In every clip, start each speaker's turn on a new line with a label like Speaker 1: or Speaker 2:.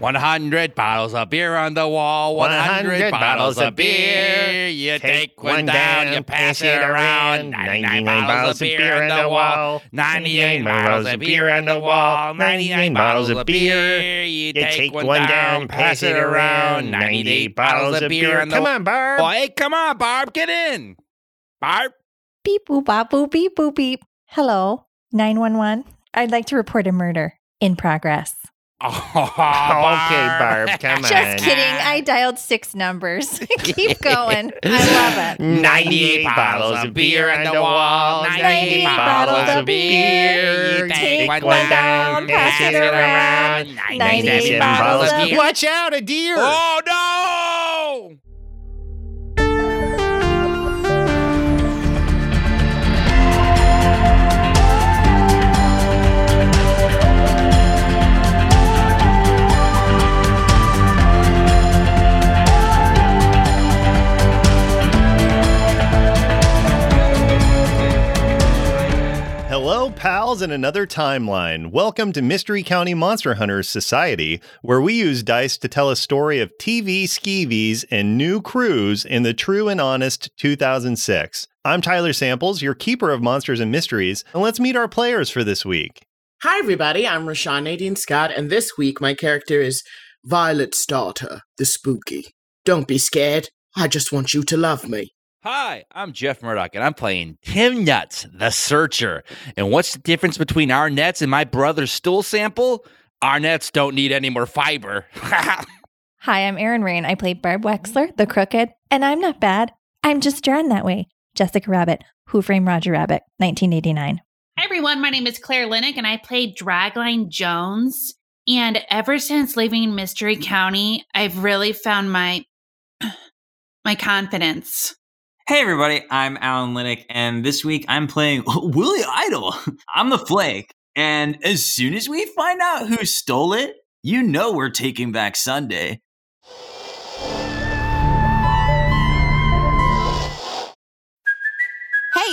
Speaker 1: One hundred bottles of beer on the wall. One hundred bottles of beer. You take one down, you pass it around. Ninety-nine bottles of beer on the wall. Ninety-eight bottles of beer on the wall. Ninety-nine bottles of beer. You take one down, pass it around. Ninety-eight bottles of beer on the
Speaker 2: Come
Speaker 1: wall.
Speaker 2: on, Barb.
Speaker 1: Oh, hey, come on, Barb, get in. Barb,
Speaker 3: Beep boop bop boop beep boop beep. Hello, 911. I'd like to report a murder in progress.
Speaker 1: oh,
Speaker 2: Okay, Barb. Come on.
Speaker 3: Just kidding. I dialed six numbers. Keep going. I love it.
Speaker 2: 98 bottles of beer on the wall.
Speaker 3: 98
Speaker 2: 98 bottles of beer.
Speaker 3: You
Speaker 2: Take one down, pass it around.
Speaker 3: 98
Speaker 2: 97
Speaker 3: bottles
Speaker 2: bottles
Speaker 3: of
Speaker 2: of
Speaker 3: beer.
Speaker 2: Watch out, a deer.
Speaker 1: Oh no!
Speaker 2: Hello, pals, in another timeline. Welcome to Mystery County Monster Hunters Society, where we use dice to tell a story of TV skeevies and new crews in the true and honest 2006. I'm Tyler Samples, your keeper of monsters and mysteries, and let's meet our players for this week.
Speaker 4: Hi, everybody. I'm Rashawn Nadine Scott, and this week my character is Violet's daughter, the spooky. Don't be scared. I just want you to love me.
Speaker 1: Hi, I'm Jeff Murdoch, and I'm playing Tim Nuts, the Searcher. And what's the difference between our nets and my brother's stool sample? Our nets don't need any more fiber.
Speaker 3: Hi, I'm Erin Rain. I play Barb Wexler, the crooked, and I'm not bad. I'm just drawn that way. Jessica Rabbit, Who Framed Roger Rabbit, 1989.
Speaker 5: Hi, everyone. My name is Claire Linick, and I play Dragline Jones. And ever since leaving Mystery County, I've really found my my confidence.
Speaker 6: Hey everybody, I'm Alan Linick, and this week I'm playing Willie Idol. I'm the Flake, and as soon as we find out who stole it, you know we're taking back Sunday.
Speaker 7: Hey,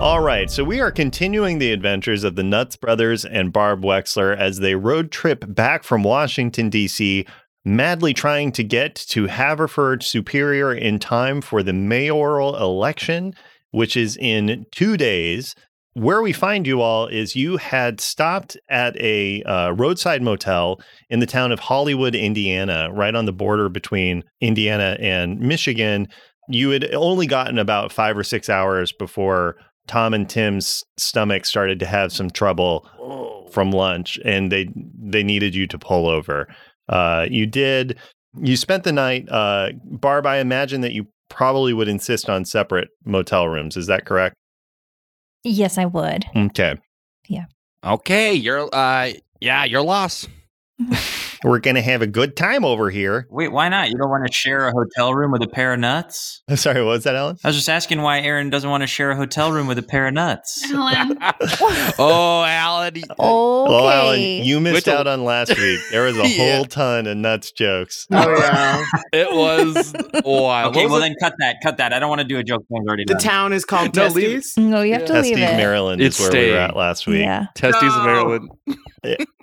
Speaker 2: All right, so we are continuing the adventures of the Nuts brothers and Barb Wexler as they road trip back from Washington, D.C., madly trying to get to Haverford Superior in time for the mayoral election, which is in two days. Where we find you all is you had stopped at a uh, roadside motel in the town of Hollywood, Indiana, right on the border between Indiana and Michigan. You had only gotten about five or six hours before Tom and Tim's stomach started to have some trouble from lunch, and they they needed you to pull over. Uh, you did. You spent the night, uh, Barb. I imagine that you probably would insist on separate motel rooms. Is that correct?
Speaker 3: Yes, I would.
Speaker 2: Okay,
Speaker 1: okay, you're uh yeah, you're lost.
Speaker 2: we're gonna have a good time over here.
Speaker 6: Wait, why not? You don't want to share a hotel room with a pair of nuts?
Speaker 2: Sorry, what was that, Alan?
Speaker 6: I was just asking why Aaron doesn't want to share a hotel room with a pair of nuts.
Speaker 5: Alan,
Speaker 1: oh, Alan.
Speaker 3: Okay.
Speaker 2: Oh, Alan, you missed
Speaker 1: Wait till-
Speaker 2: out on last week. There was a
Speaker 1: Yeah.
Speaker 2: whole ton of nuts jokes.
Speaker 4: Oh, yeah.
Speaker 1: It was wild. What
Speaker 6: Okay,
Speaker 1: was
Speaker 6: well
Speaker 1: it?
Speaker 6: then cut that, cut that. I don't want to do a joke. Things already
Speaker 4: the
Speaker 6: done.
Speaker 4: town is called
Speaker 1: No, leave-
Speaker 4: Testes.
Speaker 3: no, Mm, oh, you have to
Speaker 2: Testes,
Speaker 3: leave it.
Speaker 2: Maryland
Speaker 1: It's
Speaker 2: is where we were
Speaker 1: staying.
Speaker 2: at last week.
Speaker 3: Yeah,
Speaker 1: Testes of
Speaker 4: No.
Speaker 1: Maryland.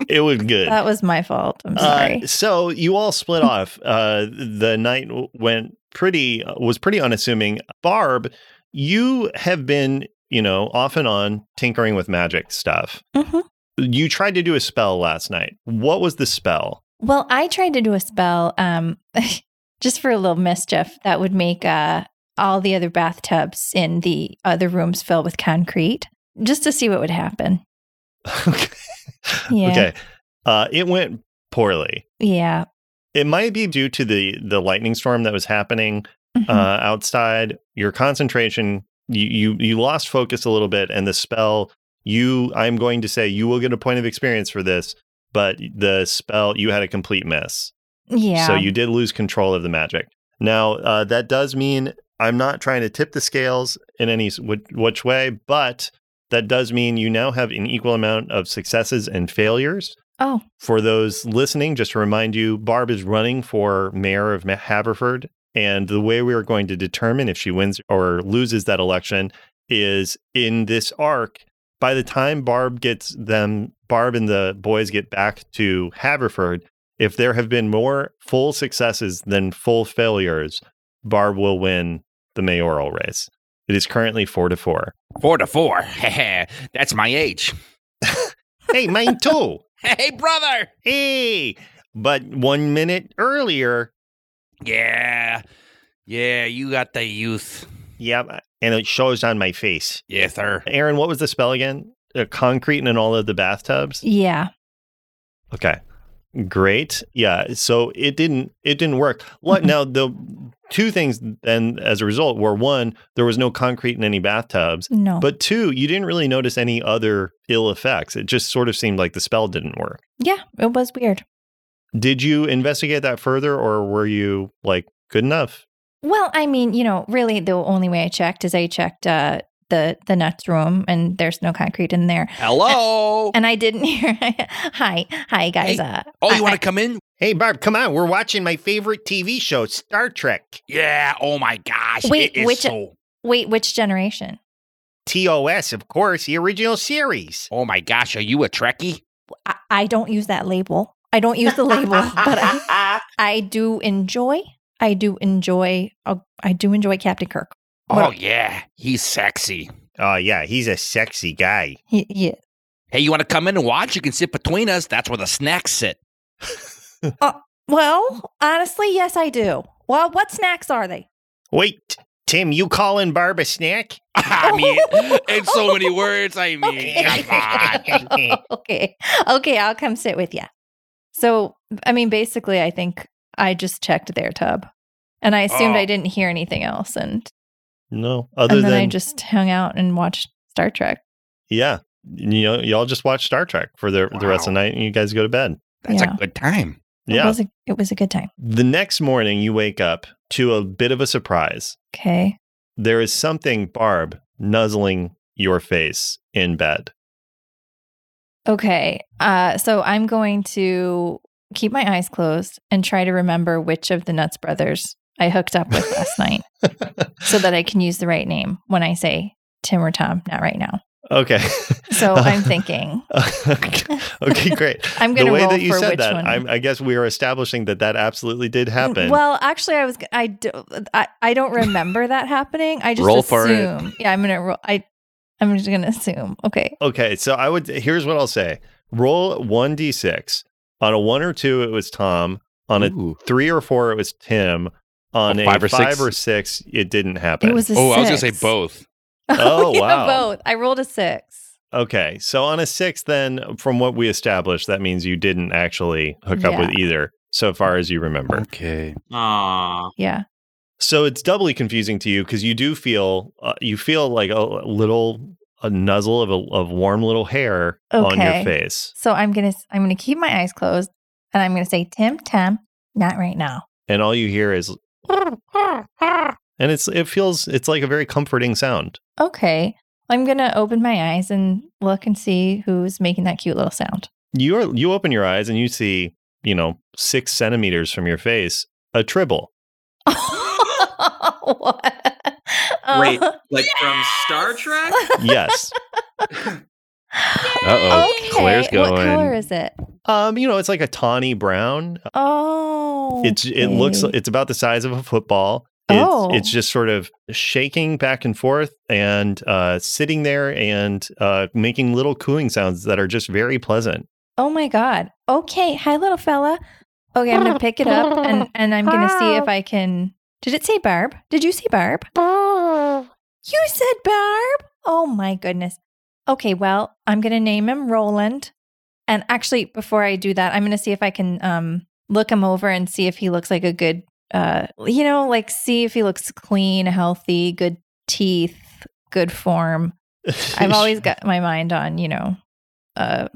Speaker 2: It was good.
Speaker 3: that was my fault. Oh, I'm sorry.
Speaker 2: Uh, so you all split off. Uh, the night uh, w- went pretty was pretty unassuming. Barb, you have been you know, off and on tinkering with magic stuff.
Speaker 3: Mm-hmm.
Speaker 2: You tried to do a spell last night. What was the spell?
Speaker 3: Well, I tried to do a spell um, just for a little mischief that would make uh, all the other bathtubs in the other rooms fill with concrete just to see what would happen.
Speaker 2: okay.
Speaker 3: Yeah.
Speaker 2: Okay. Uh, it went poorly.
Speaker 3: Yeah.
Speaker 2: It might be due to the the lightning storm that was happening
Speaker 3: Mhm.
Speaker 2: uh, outside. Your concentration, you, you you lost focus a little bit, and the spell. You, I'm going to say, you will get a point of experience for this, but the spell you had a complete miss.
Speaker 3: yeah.
Speaker 2: So you did lose control of the magic. Now uh, that does mean I'm not trying to tip the scales in any s- which, which way, but that does mean you now have an equal amount of successes and failures.
Speaker 3: oh,
Speaker 2: For those listening, just to remind you, Barb is running for mayor of Ma- Haverford, and the way we are going to determine if she wins or loses that election is in this arc. By the time Barb gets them, Barb and the boys get back to Haverford, if there have been more full successes than full failures, Barb will win the mayoral race. It is currently four to four.
Speaker 1: Four to four. That's my age.
Speaker 2: Hey, mine too.
Speaker 1: Hey, brother.
Speaker 2: hey, but one minute earlier.
Speaker 1: Yeah. Yeah, you got the youth.
Speaker 2: Yep, and it shows on my face.
Speaker 1: Yes, sir.
Speaker 2: Aaron, what was the spell again? Uh, concrete and in all of the bathtubs.
Speaker 3: yeah.
Speaker 2: Okay. Great. Yeah. So it didn't it didn't work. Like
Speaker 3: Mm-hmm.
Speaker 2: now the two things then as a result were one, there was no concrete in any bathtubs.
Speaker 3: No.
Speaker 2: But two, you didn't really notice any other ill effects. It just sort of seemed like the spell didn't work.
Speaker 3: yeah, it was weird.
Speaker 2: Did you investigate that further or were you like good enough?
Speaker 3: Well, I mean, you know, really the only way I checked is I checked uh, the the nuts room and there's no concrete in there.
Speaker 1: Hello.
Speaker 3: And I didn't hear hi, hi guys.
Speaker 1: Hey.
Speaker 3: Uh,
Speaker 1: Oh,
Speaker 3: I-
Speaker 1: you want to come in?
Speaker 2: Hey Barb, come on. We're watching my favorite TV show, Star Trek.
Speaker 1: Yeah. Oh my gosh.
Speaker 3: Wait,
Speaker 1: it is
Speaker 3: which-
Speaker 1: so-
Speaker 3: wait, which generation?
Speaker 2: TOS, of course, the original series.
Speaker 1: Oh my gosh. Are you a Trekkie?
Speaker 3: I, I don't use that label. I don't use the label, but I, I do enjoy. I do enjoy. oh, I do enjoy Captain Kirk.
Speaker 1: Oh
Speaker 3: Well-
Speaker 1: yeah, he's sexy.
Speaker 2: Oh yeah, he's a sexy guy.
Speaker 3: He, yeah.
Speaker 1: Hey, you want to come in and watch? You can sit between us. That's where the snacks sit.
Speaker 3: Well, honestly, yes, I do. Well, what snacks are they?
Speaker 2: Wait, Tim, you calling Barb a snack?
Speaker 1: I mean, in so many words. I mean, come on.
Speaker 3: Okay. okay. Okay, I'll come sit with you. So, I mean, basically, I think I just checked their tub and I assumed
Speaker 1: Oh.
Speaker 3: I didn't hear anything else. And,
Speaker 2: No, other
Speaker 3: and then
Speaker 2: than
Speaker 3: I just hung out and watched Star Trek.
Speaker 2: yeah, you know, y'all just watch Star Trek for the the rest of the night, and you guys go to bed.
Speaker 1: That's
Speaker 3: Yeah.
Speaker 1: a good time.
Speaker 3: It
Speaker 2: Yeah.
Speaker 3: was a, it was a good time.
Speaker 2: The next morning, you wake up to a bit of a surprise.
Speaker 3: Okay.
Speaker 2: There is something Barb nuzzling your face in bed.
Speaker 3: Okay. Uh, so I'm going to keep my eyes closed and try to remember which of the Nuts brothers I hooked up with last night so that I can use the right name when I say Tim or Tom, not right now.
Speaker 2: okay.
Speaker 3: So I'm thinking.
Speaker 2: okay, great.
Speaker 3: I'm
Speaker 2: the
Speaker 3: gonna
Speaker 2: way
Speaker 3: roll
Speaker 2: that you
Speaker 3: for
Speaker 2: said
Speaker 3: which
Speaker 2: that,
Speaker 3: one. Mm,
Speaker 2: I'm, I guess we are establishing that that absolutely did happen.
Speaker 3: Well, actually, I was g- I do, I, I don't remember that happening. I just
Speaker 1: Roll for it.
Speaker 3: assume. Yeah, I'm gonna roll. I I'm just gonna assume. Okay.
Speaker 2: Okay, so I would here's what I'll say. Roll 1d6. On a 1 or 2 it was Tom, on a
Speaker 1: Ooh.
Speaker 2: 3 or 4 it was Tim, on
Speaker 1: Oh,
Speaker 2: a 5
Speaker 1: five
Speaker 2: or
Speaker 1: or
Speaker 2: 6,
Speaker 1: six?
Speaker 2: it didn't happen.
Speaker 3: It was. A
Speaker 1: Oh, I was gonna say
Speaker 3: six.
Speaker 1: both.
Speaker 2: Oh,
Speaker 3: yeah,
Speaker 2: wow.
Speaker 3: Both. I rolled a six.
Speaker 2: okay, so on a 6 then from what we established that means you didn't actually hook up with either so far as you remember.
Speaker 1: Okay.
Speaker 6: Aw.
Speaker 3: Yeah.
Speaker 2: So it's doubly confusing to you because you do feel uh, you feel like a little a nuzzle of a of warm little hair on your
Speaker 3: Okay.
Speaker 2: face.
Speaker 3: So I'm gonna s- I'm gonna keep my eyes closed and I'm gonna say Tim Tim not right now.
Speaker 2: and all you hear is and it's it feels it's like a very comforting sound
Speaker 3: Okay. I'm gonna open my eyes and look and see who's making that cute little sound.
Speaker 2: you are you open your eyes and you see you know six centimeters from your face a tribble
Speaker 3: what?
Speaker 6: Wait,
Speaker 3: Oh.
Speaker 6: like from Star Trek?
Speaker 2: yes
Speaker 1: Uh-oh, Claire's
Speaker 3: What
Speaker 1: going.
Speaker 3: color is it?
Speaker 2: um you know it's like a tawny brown
Speaker 3: Oh.
Speaker 2: it's it looks
Speaker 3: okay.
Speaker 2: it's about the size of a football It's,
Speaker 3: Oh.
Speaker 2: it's just sort of shaking back and forth and uh, sitting there and uh, making little cooing sounds that are just very pleasant.
Speaker 3: Oh my god. Okay. Hi, little fella. Okay, I'm gonna pick it up and and I'm gonna see if I can. Did it say Barb? Did you say Barb? You said Barb. Oh my goodness. Okay. Well, I'm gonna name him Roland. And actually, before I do that, I'm gonna see if I can um look him over and see if he looks like a good uh you know like see if he looks clean, healthy, good teeth, good form. I've always got my mind on you know uh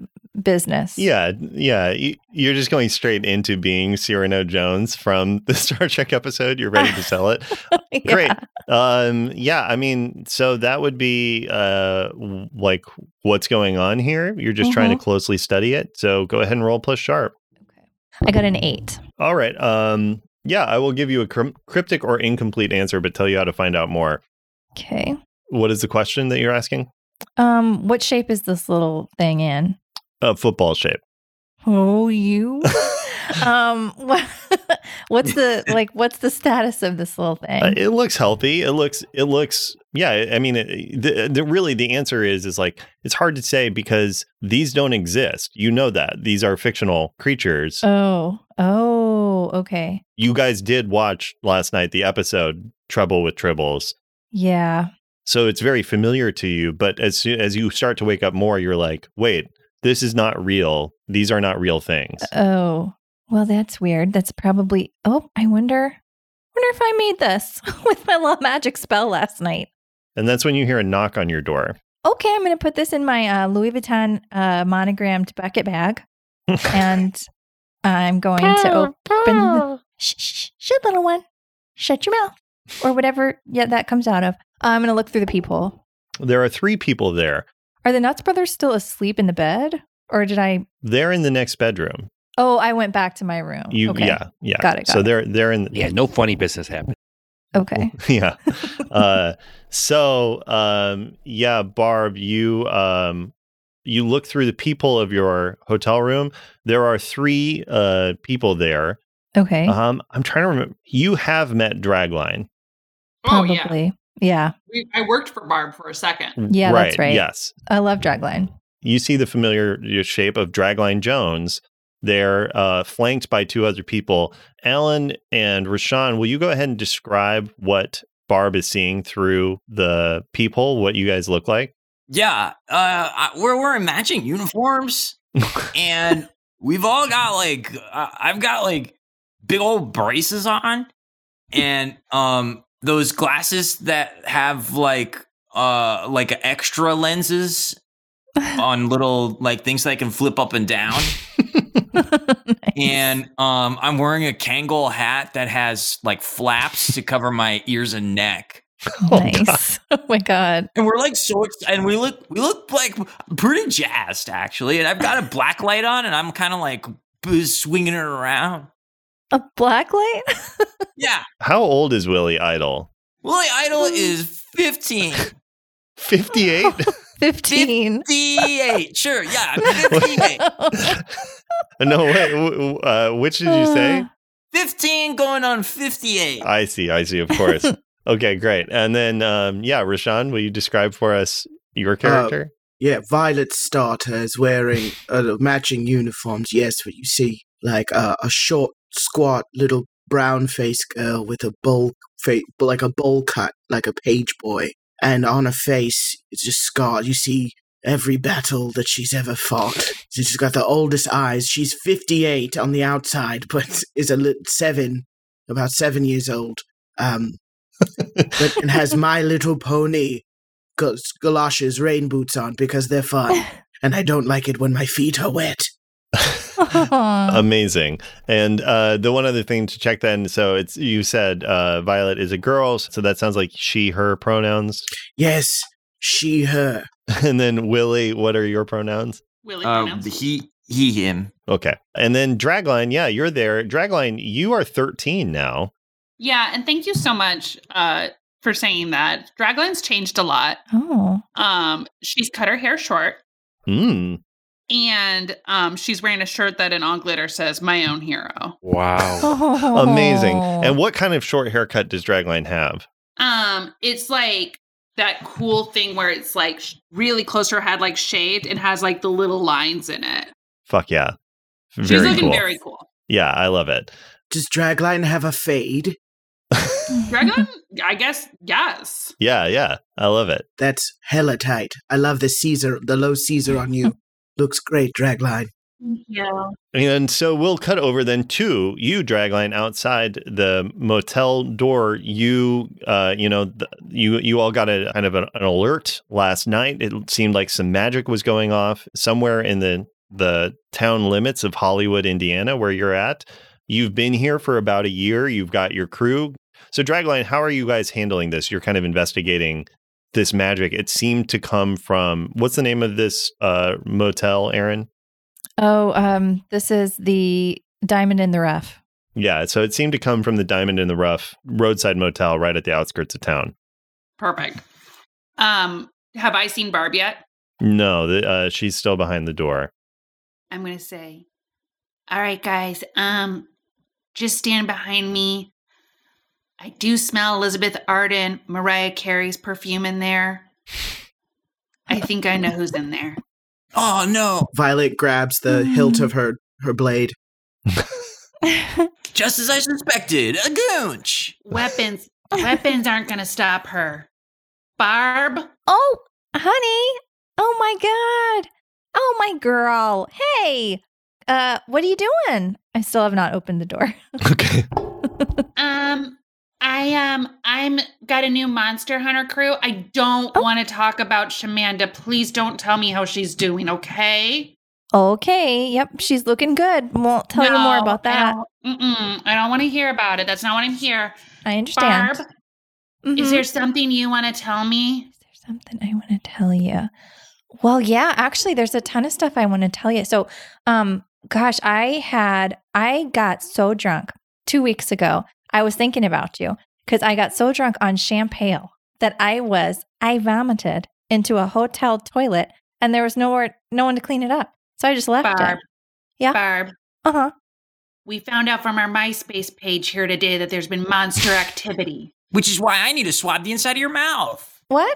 Speaker 3: business.
Speaker 2: Yeah, yeah. y- You're just going straight into being Cyrano Jones from the Star Trek episode. You're ready to sell it.
Speaker 3: Yeah.
Speaker 2: Great. Um, yeah, I mean, so that would be uh, w- like what's going on here. You're just trying to closely study it. So go ahead and roll plus sharp.
Speaker 3: I got an eight.
Speaker 2: All right. Um, yeah, I will give you a cryp- cryptic or incomplete answer, but tell you how to find out more.
Speaker 3: Okay.
Speaker 2: What is the question that you're asking?
Speaker 3: Um, what shape is this little thing in?
Speaker 2: Uh, football shape.
Speaker 3: Oh, you. um, what, what's the like? What's the status of this little thing?
Speaker 2: Uh, it looks healthy. It looks. It looks. Yeah. I mean, it, the, the, really, the answer is is like it's hard to say because these don't exist. You know that these are fictional creatures.
Speaker 3: oh, oh, okay,
Speaker 2: you guys did watch last night the episode Trouble with Tribbles,
Speaker 3: yeah.
Speaker 2: so it's very familiar to you. But as soo- as you start to wake up more, you're like, wait, this is not real. These are not real things.
Speaker 3: Oh, well, that's weird. That's probably. Oh, I wonder. Wonder if I made this with my little magic spell last night.
Speaker 2: And that's when you hear a knock on your door.
Speaker 3: Okay, I'm going to put this in my uh, Louis Vuitton uh, monogrammed bucket bag, and I'm going to open. the- shh, shh, shh, little one, shut your mouth, or whatever yeah, that comes out of. Uh, I'm going to look through the peephole.
Speaker 2: There are three people there.
Speaker 3: Are the Nuts brothers still asleep in the bed? Or did I?
Speaker 2: They're in the next bedroom.
Speaker 3: Oh, I went back to my room.
Speaker 2: You
Speaker 3: okay.
Speaker 2: yeah yeah.
Speaker 3: Got it, got
Speaker 2: so
Speaker 3: it.
Speaker 2: they're they're in
Speaker 1: Yeah, no funny business happened.
Speaker 3: Okay.
Speaker 2: yeah. Uh, so um, yeah, Barb, you um, you look through the people of your hotel room. There are three uh, people there.
Speaker 3: Okay.
Speaker 2: Um, I'm trying to remember. You have met Dragline,
Speaker 8: Oh,
Speaker 3: Probably.
Speaker 8: yeah.
Speaker 3: Yeah.
Speaker 8: We, I worked for Barb for a second.
Speaker 3: Yeah, that's right.
Speaker 2: Yes,
Speaker 3: I love Dragline.
Speaker 2: you see the familiar shape of Dragline Jones. They're uh, flanked by two other people. Alan and Rashawn, will you go ahead and describe what Barb is seeing through the peephole? What you guys look like?
Speaker 6: Yeah, uh, I- we're wearing matching uniforms, and we've all got like uh, I've got like big old braces on, and um those glasses that have like uh like extra lenses on little like things that I can flip up and down, and um I'm wearing a Kangol hat that has like flaps to cover my ears and neck.
Speaker 3: nice. Oh my God.
Speaker 6: And we're like so ex- and we look we look like pretty jazzed actually. And I've got a black light on and I'm kind of like b- swinging it around.
Speaker 3: A black light?
Speaker 6: Yeah.
Speaker 2: How old is Willie Idol?
Speaker 6: Willie Idol is 15.
Speaker 2: 58?
Speaker 3: 15.
Speaker 6: 58. Sure. Yeah. I'm 58.
Speaker 2: no, wait. w- w- Uh, which did you say?
Speaker 6: 15 going on 58.
Speaker 2: I see. I see. Of course. Okay, great. And then, um, yeah, Rashawn, will you describe for us your character?
Speaker 4: Yeah, Violet Starter is wearing uh, matching uniforms. Yes, but you see, like uh, a short, squat, little brown-faced girl with a bowl, fa- like a bowl cut, like a page boy, and on her face it's just scarred. You see every battle that she's ever fought. She's got the oldest eyes. She's fifty-eight on the outside, but is a lit- seven, about seven years old. Um, but, and has My Little Pony gal- galoshes, rain boots on because they're fun, and I don't like it when my feet are wet.
Speaker 3: Aw.
Speaker 2: Amazing. And uh, the one other thing to check then, so it's you said uh, Violet is a girl, so that sounds like she, her pronouns.
Speaker 4: Yes, she, her.
Speaker 2: And then Willie, what are your pronouns?
Speaker 8: Willie
Speaker 6: Uh,
Speaker 8: pronouns.
Speaker 6: he he him.
Speaker 2: Okay. And then Dragline, yeah, you're there. Dragline, you are 13 now.
Speaker 8: yeah, and thank you so much uh, for saying that. Dragline's changed a lot.
Speaker 3: oh.
Speaker 8: Um, she's cut her hair short
Speaker 2: Mm.
Speaker 8: and um, she's wearing a shirt that in all glitter says "My Own Hero."
Speaker 1: Wow.
Speaker 3: Oh.
Speaker 2: Amazing. And what kind of short haircut does Dragline have?
Speaker 8: Um, it's like that cool thing where it's like sh- really close to her head, like shaved, and has like the little lines in it.
Speaker 2: Fuck yeah.
Speaker 8: She's
Speaker 2: Very
Speaker 8: looking
Speaker 2: cool.
Speaker 8: very cool.
Speaker 2: yeah, I love it.
Speaker 4: Does Dragline have a fade?
Speaker 8: Dragon, I guess, yes.
Speaker 2: Yeah, yeah, I love it.
Speaker 4: That's hella tight. I love the Caesar, the low Caesar on you. Looks great, Dragline.
Speaker 8: Yeah.
Speaker 2: And so we'll cut over then to you, Dragline, outside the motel door. You, uh, you know, th- you you all got a kind of an, an alert last night. It seemed like some magic was going off somewhere in the the town limits of Hollywood, Indiana, where you're at. You've been here for about a year. You've got your crew. So, Dragline, how are you guys handling this? You're kind of investigating this magic. It seemed to come from what's the name of this uh, motel, Aaron?
Speaker 3: Oh, um, this is the diamond in the rough.
Speaker 2: Yeah, so it seemed to come from the Diamond in the Rough roadside motel right at the outskirts of town.
Speaker 8: Perfect. Um, have I seen Barb yet?
Speaker 2: No, the, uh, she's still behind the door.
Speaker 8: I'm gonna say, all right, guys. Um, just stand behind me. I do smell Elizabeth Arden, Mariah Carey's perfume in there. I think I know who's in there.
Speaker 6: Oh no!
Speaker 4: Violet grabs the hilt
Speaker 3: Mm.
Speaker 4: of her her blade.
Speaker 6: Just as I suspected, a goonch.
Speaker 8: Weapons, weapons aren't gonna stop her. Barb,
Speaker 3: Oh, honey. Oh my god. Oh my girl. Hey. Uh, what are you doing? I still have not opened the door.
Speaker 2: Okay.
Speaker 8: um, I um, I'm got a new Monster Hunter crew. I don't
Speaker 3: Oh.
Speaker 8: want to talk about Shamanda. Please don't tell me how she's doing. Okay.
Speaker 3: Okay. Yep. She's looking good. Won't tell you more
Speaker 8: No,
Speaker 3: about that.
Speaker 8: I don't, mm-mm, I don't want to hear about it. That's not what I'm here.
Speaker 3: I understand.
Speaker 8: Barb,
Speaker 3: Mhm.
Speaker 8: is there something you want to tell me?
Speaker 3: Is there something I want to tell you? Well, yeah, actually, there's a ton of stuff I want to tell you. So, um, gosh, I had I got so drunk two weeks ago. I was thinking about you because I got so drunk on champagne that I was I vomited into a hotel toilet, and there was nowhere no one to clean it up. So I just left
Speaker 8: Barb.
Speaker 3: it. Yeah.
Speaker 8: Barb,
Speaker 3: Uh huh.
Speaker 8: we found out from our MySpace page here today that there's been monster activity.
Speaker 6: Which is why I need to swab the inside of your mouth.
Speaker 3: What?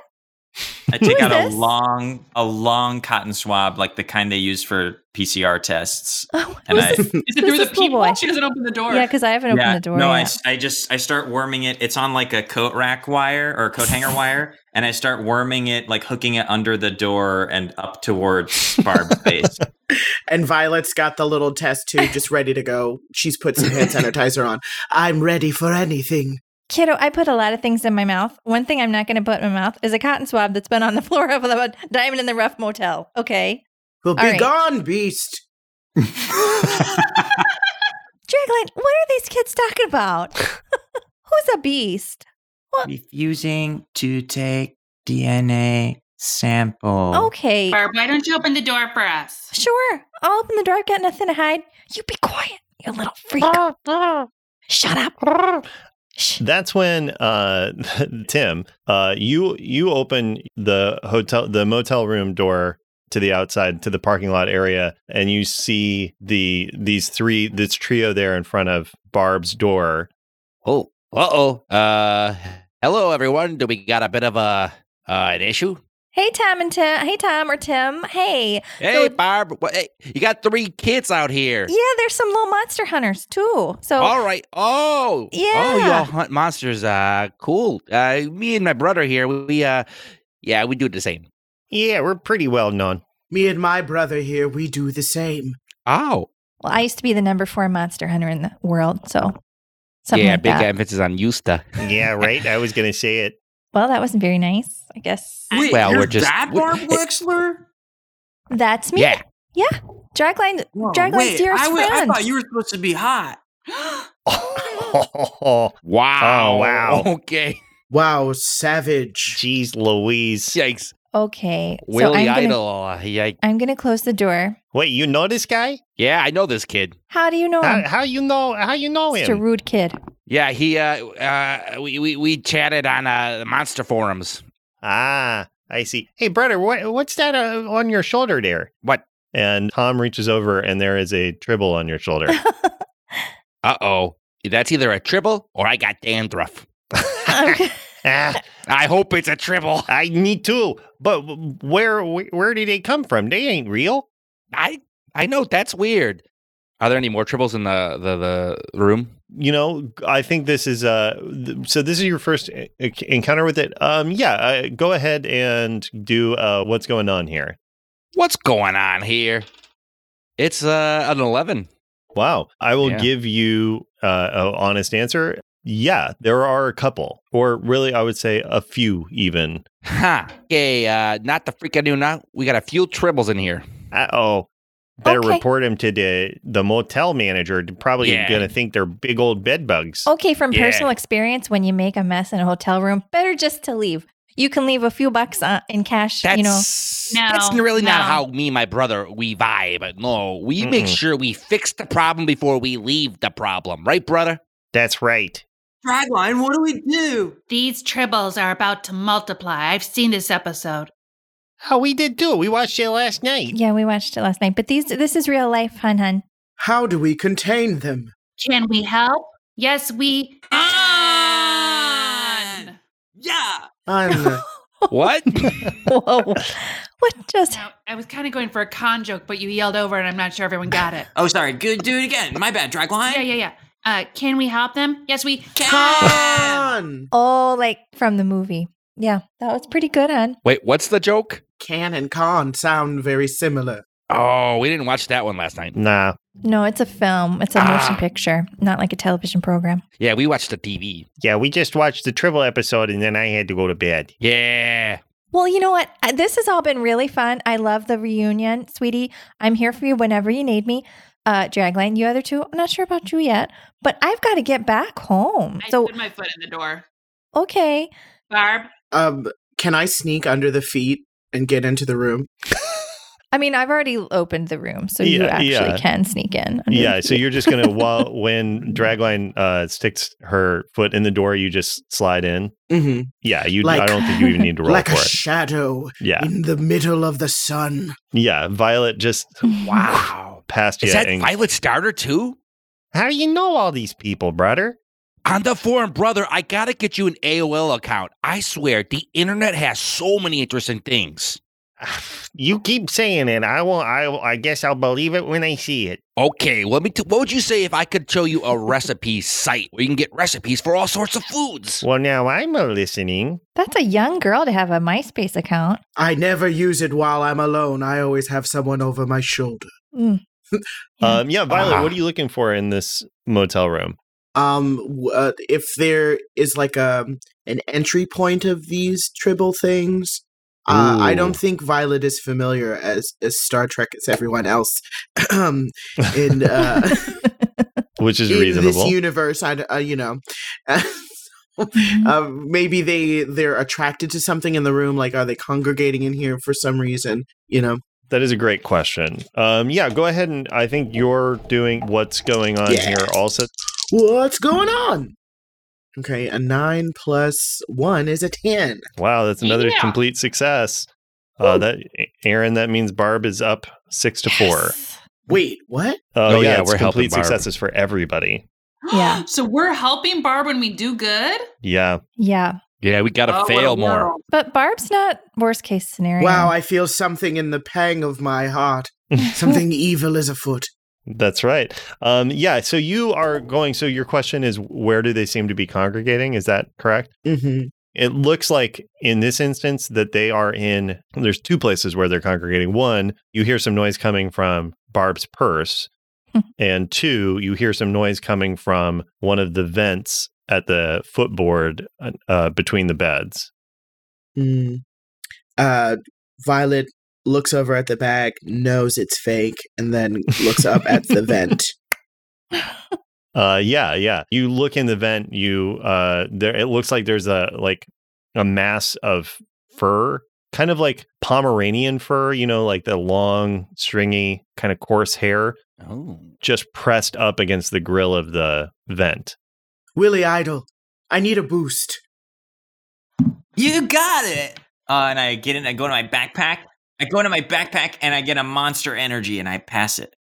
Speaker 6: I take
Speaker 3: is
Speaker 6: out
Speaker 3: this?
Speaker 6: a long, a long cotton swab, like the kind they use for PCR tests.
Speaker 3: Oh,
Speaker 6: And
Speaker 3: who's
Speaker 6: I-
Speaker 3: this?
Speaker 8: Is
Speaker 3: Who's this little boy?
Speaker 8: She doesn't open the door.
Speaker 3: Yeah, because I haven't opened
Speaker 6: yeah,
Speaker 3: the door.
Speaker 6: no, I,
Speaker 3: yet.
Speaker 6: s- I just I start worming it. It's on like a coat rack wire or coat hanger wire, and I start worming it, like hooking it under the door and up towards Barb's face.
Speaker 4: And Violet's got the little test tube just ready to go. She's put some hand sanitizer on. I'm ready for anything.
Speaker 3: Kiddo, I put a lot of things in my mouth. One thing I'm not going to put in my mouth is a cotton swab that's been on the floor of a diamond in the rough motel. Okay.
Speaker 4: Well, be
Speaker 3: All right.
Speaker 4: gone, beast.
Speaker 3: Dragline, what are these kids talking about? Who's a beast?
Speaker 6: Refusing to take DNA sample.
Speaker 1: Oh.
Speaker 3: Okay.
Speaker 8: Barb, why don't you open the door for us?
Speaker 3: Sure. I'll open the door. I've got nothing to hide. You be quiet, you little freak. Shut up. Shh.
Speaker 2: That's when uh, Tim, uh, you you open the hotel the motel room door to the outside to the parking lot area, and you see the these three this trio there in front of Barb's door.
Speaker 1: Oh, uh oh. Uh, hello, everyone. Do we got a bit of a uh, an issue?
Speaker 3: Hey, Tom and Tim. Hey, Tom or Tim. Hey.
Speaker 1: Hey,
Speaker 3: So-
Speaker 1: Barb. What, hey, you got three kids out here.
Speaker 3: Yeah, there's some little monster hunters too. So,
Speaker 1: All right. Oh, Oh, you
Speaker 3: Yeah.
Speaker 1: all hunt monsters. Uh, cool. Uh, me and my brother here. We, we uh, yeah, we do the same.
Speaker 2: Yeah, we're pretty well known.
Speaker 4: Me and my brother here, we do the same.
Speaker 1: Oh,
Speaker 3: well, I used to be the number four monster hunter in the world. So, something
Speaker 1: yeah.
Speaker 3: like
Speaker 1: big
Speaker 3: that.
Speaker 1: emphasis on Eusta.
Speaker 2: Yeah, right. I was gonna say it.
Speaker 3: Well, that wasn't very nice, I guess.
Speaker 6: Wait,
Speaker 1: Well,
Speaker 6: you're
Speaker 1: we're just-
Speaker 6: that
Speaker 1: we-
Speaker 6: Barb Wexler.
Speaker 3: That's me.
Speaker 1: Yeah.
Speaker 3: Dragline,
Speaker 6: Whoa,
Speaker 3: Dragline's
Speaker 6: wait,
Speaker 3: dearest
Speaker 6: I, wa- I
Speaker 3: friend.
Speaker 6: thought you were supposed to be hot.
Speaker 2: Oh,
Speaker 1: Wow.
Speaker 2: Oh, wow.
Speaker 1: Okay.
Speaker 4: Wow, savage.
Speaker 2: jeez, Louise.
Speaker 1: Yikes.
Speaker 3: okay. so
Speaker 1: Willie
Speaker 3: I'm gonna,
Speaker 1: Idol. uh, Yikes.
Speaker 3: I'm gonna close the door.
Speaker 2: Wait, you know this guy?
Speaker 1: Yeah, I know this kid.
Speaker 3: How do you know
Speaker 2: How,
Speaker 3: him?
Speaker 2: how you know? How you know
Speaker 3: Mr.
Speaker 2: him?
Speaker 3: Rude Kid.
Speaker 1: Yeah, he uh, uh we, we we chatted on uh the monster forums.
Speaker 2: Ah, I see. Hey, brother, what what's that uh, on your shoulder there?
Speaker 1: What?
Speaker 2: And Tom reaches over and there is a tribble on your shoulder.
Speaker 1: Uh oh. That's either a tribble or I got dandruff.
Speaker 3: Okay.
Speaker 2: ah,
Speaker 1: I hope it's a tribble.
Speaker 2: I need to. But where where did they come from? They ain't real.
Speaker 1: I I know that's weird. Are there any more tribbles in the the, the uh, room?
Speaker 2: You know, I think this is uh th- so this is your first e- encounter with it. Um yeah, uh, go ahead and do uh what's going on here.
Speaker 1: What's going on here? It's uh an 11.
Speaker 2: Wow. I will
Speaker 1: Yeah.
Speaker 2: give you uh, an honest answer. Yeah, there are a couple, or really, I would say a few even.
Speaker 1: Ha. Okay, uh not the freak I do not. We got a few tribbles in here.
Speaker 2: Uh oh. Better
Speaker 3: Okay.
Speaker 2: report him to the, the motel manager. Probably
Speaker 1: Yeah.
Speaker 2: going to think they're big old bed bugs.
Speaker 3: Okay, from
Speaker 1: Yeah.
Speaker 3: personal experience, when you make a mess in a hotel room, better just to leave. You can leave a few bucks uh, in cash,
Speaker 1: That's
Speaker 3: you know.
Speaker 5: No,
Speaker 1: that's really not
Speaker 5: no.
Speaker 1: how me and my brother we vibe. No, we make
Speaker 2: Mm-mm.
Speaker 1: sure we fix the problem before we leave the problem, right, brother?
Speaker 2: That's right.
Speaker 6: Dragline, what do we do?
Speaker 5: These tribbles are about to multiply. I've seen this episode.
Speaker 2: Oh, we did too. We watched it last night.
Speaker 3: Yeah, we watched it last night, but these this is real life, hun hun.
Speaker 4: How do we contain them?
Speaker 5: Can we help? Yes, we can.
Speaker 6: Yeah.
Speaker 4: I'm uh,
Speaker 1: What?
Speaker 3: Whoa, what just?
Speaker 5: Now, I was kind of going for a con joke, but you yelled over, and I'm not sure everyone got it.
Speaker 6: Oh, sorry. Good. Do it again. My bad, Dragline.
Speaker 5: Yeah, yeah, yeah. Uh, can we help them? Yes, we can.
Speaker 4: con.
Speaker 3: Oh, like from the movie. Yeah, that was pretty good, hun.
Speaker 1: Wait, what's the joke?
Speaker 4: Can and can sound very similar.
Speaker 1: Oh, we didn't watch that one last night.
Speaker 2: Nah.
Speaker 3: No, it's a film. It's a motion
Speaker 1: Ah.
Speaker 3: picture, not like a television program.
Speaker 1: Yeah, we watched the TV.
Speaker 2: Yeah, we just watched the triple episode and then I had to go to bed.
Speaker 1: Yeah.
Speaker 3: Well, you know what? Uh, This has all been really fun. I love the reunion, sweetie. I'm here for you whenever you need me. Uh, Dragline, you other two, I'm not sure about you yet, but I've got to get back home.
Speaker 5: I
Speaker 3: So,
Speaker 5: put my foot in the door.
Speaker 3: okay.
Speaker 5: Barb,
Speaker 4: Um, can I sneak under the feet and get into the room?
Speaker 3: I mean, I've already opened the room, so you
Speaker 2: Yeah,
Speaker 3: actually
Speaker 2: yeah.
Speaker 3: can sneak in. under
Speaker 2: Yeah,
Speaker 3: the
Speaker 2: so
Speaker 3: seat.
Speaker 2: you're just gonna while when Dragline uh sticks her foot in the door, you just slide in.
Speaker 4: Mm-hmm.
Speaker 2: Yeah, you. I
Speaker 4: Like-
Speaker 2: don't think you even need to roll
Speaker 4: Like
Speaker 2: for
Speaker 4: a
Speaker 2: it.
Speaker 4: shadow
Speaker 2: yeah,
Speaker 4: in the middle of the sun.
Speaker 2: yeah. Violet just
Speaker 1: Wow.
Speaker 2: passed you.
Speaker 1: Is that
Speaker 2: and-
Speaker 1: Violet Starter too?
Speaker 2: How do you know all these people, brother?
Speaker 1: On the forum, brother, I gotta get you an AOL account. I swear, the internet has so many interesting things.
Speaker 2: You keep saying it. I will. I. will- I guess I'll believe it when I see it.
Speaker 1: Okay, let me. T- what would you say if I could show you a recipe site where you can get recipes for all sorts of foods?
Speaker 2: Well, now I'm a listening.
Speaker 3: That's a young girl to have a MySpace account.
Speaker 4: I never use it while I'm alone. I always have someone over my shoulder.
Speaker 3: Mm. Yeah.
Speaker 2: Um. Yeah, Violet.
Speaker 1: Ah.
Speaker 2: What are you looking for in this motel room?
Speaker 4: Um, w- uh, if there is like a an entry point of these tribble things, uh, I
Speaker 2: Ooh.
Speaker 4: don't think Violet is familiar as as Star Trek as everyone else. um, in uh,
Speaker 2: Which is
Speaker 4: in
Speaker 2: reasonable.
Speaker 4: this universe, I d- uh, you know.
Speaker 1: Mm-hmm.
Speaker 4: Uh, maybe they they're attracted to something in the room. Like, are they congregating in here for some reason? You know,
Speaker 2: that is a great question. Um. Yeah. Go ahead and I think you're doing what's going on
Speaker 4: Yeah.
Speaker 2: here. Also,
Speaker 4: what's going on? Okay, a nine plus one is a ten.
Speaker 2: Wow, that's another
Speaker 5: Yeah.
Speaker 2: complete success. Uh, that Aaron, that means Barb is up six to four.
Speaker 4: Wait, what?
Speaker 2: Uh,
Speaker 1: Oh, yeah,
Speaker 2: it's
Speaker 1: we're helping
Speaker 2: complete
Speaker 1: Barb.
Speaker 2: successes for everybody.
Speaker 3: Yeah.
Speaker 5: So we're helping Barb when we do good?
Speaker 2: Yeah,
Speaker 3: Yeah.
Speaker 1: Yeah, we gotta
Speaker 6: Oh,
Speaker 1: fail
Speaker 6: well,
Speaker 1: more.
Speaker 6: no.
Speaker 3: But Barb's not worst case scenario.
Speaker 4: Wow, I feel something in the pang of my heart. Something evil is afoot.
Speaker 2: that's right. Um, yeah, so you are going. So your question is, where do they seem to be congregating? Is that correct?
Speaker 4: Mm-hmm.
Speaker 2: It looks like in this instance that they are in. There's two places where they're congregating. One, you hear some noise coming from Barb's purse, and two, you hear some noise coming from one of the vents at the footboard uh, uh, between the beds.
Speaker 4: Mm. Uh, Violet looks over at the bag, knows it's fake, and then looks up at the vent.
Speaker 2: Uh, yeah, yeah. You look in the vent. You uh, there. It looks like there's a like a mass of fur, kind of like Pomeranian fur. You know, like the long, stringy, kind of coarse hair,
Speaker 1: Oh.
Speaker 2: just pressed up against the grill of the vent.
Speaker 4: Willie Idol, I need a boost.
Speaker 6: You got it. Uh, and I get in. I go to my backpack I go into my backpack and I get a monster energy and I pass it.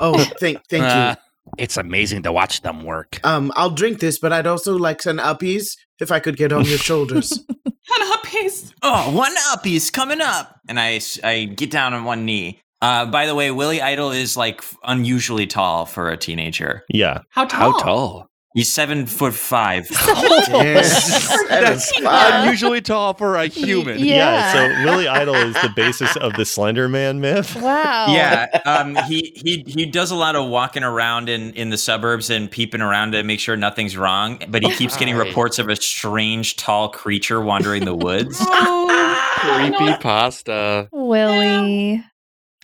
Speaker 4: Oh, thank thank
Speaker 6: Ah.
Speaker 1: Uh, it's amazing to watch them work.
Speaker 4: you. Um, I'll drink this, but I'd also like some uppies if I could get on your shoulders.
Speaker 8: And up his
Speaker 6: Oh, one up. He's coming up. And I, s- I get down on one knee. Uh, by the way, Willie Idol is like f- unusually tall for a teenager.
Speaker 2: Yeah.
Speaker 8: How
Speaker 1: How
Speaker 8: tall?
Speaker 1: tall?
Speaker 6: He's seven foot five.
Speaker 4: Yes, that is fun.
Speaker 1: Unusually tall for a human.
Speaker 3: Yeah.
Speaker 2: So Willie Idol is the basis of the Slender Man myth.
Speaker 3: Wow.
Speaker 6: Yeah, um, he he he does a lot of walking around in in the suburbs and peeping around to make sure nothing's wrong. But he keeps getting
Speaker 1: Right.
Speaker 6: reports of a strange tall creature wandering the woods.
Speaker 8: Oh, I know
Speaker 1: Creepy
Speaker 8: what-
Speaker 1: pasta.
Speaker 3: Willie.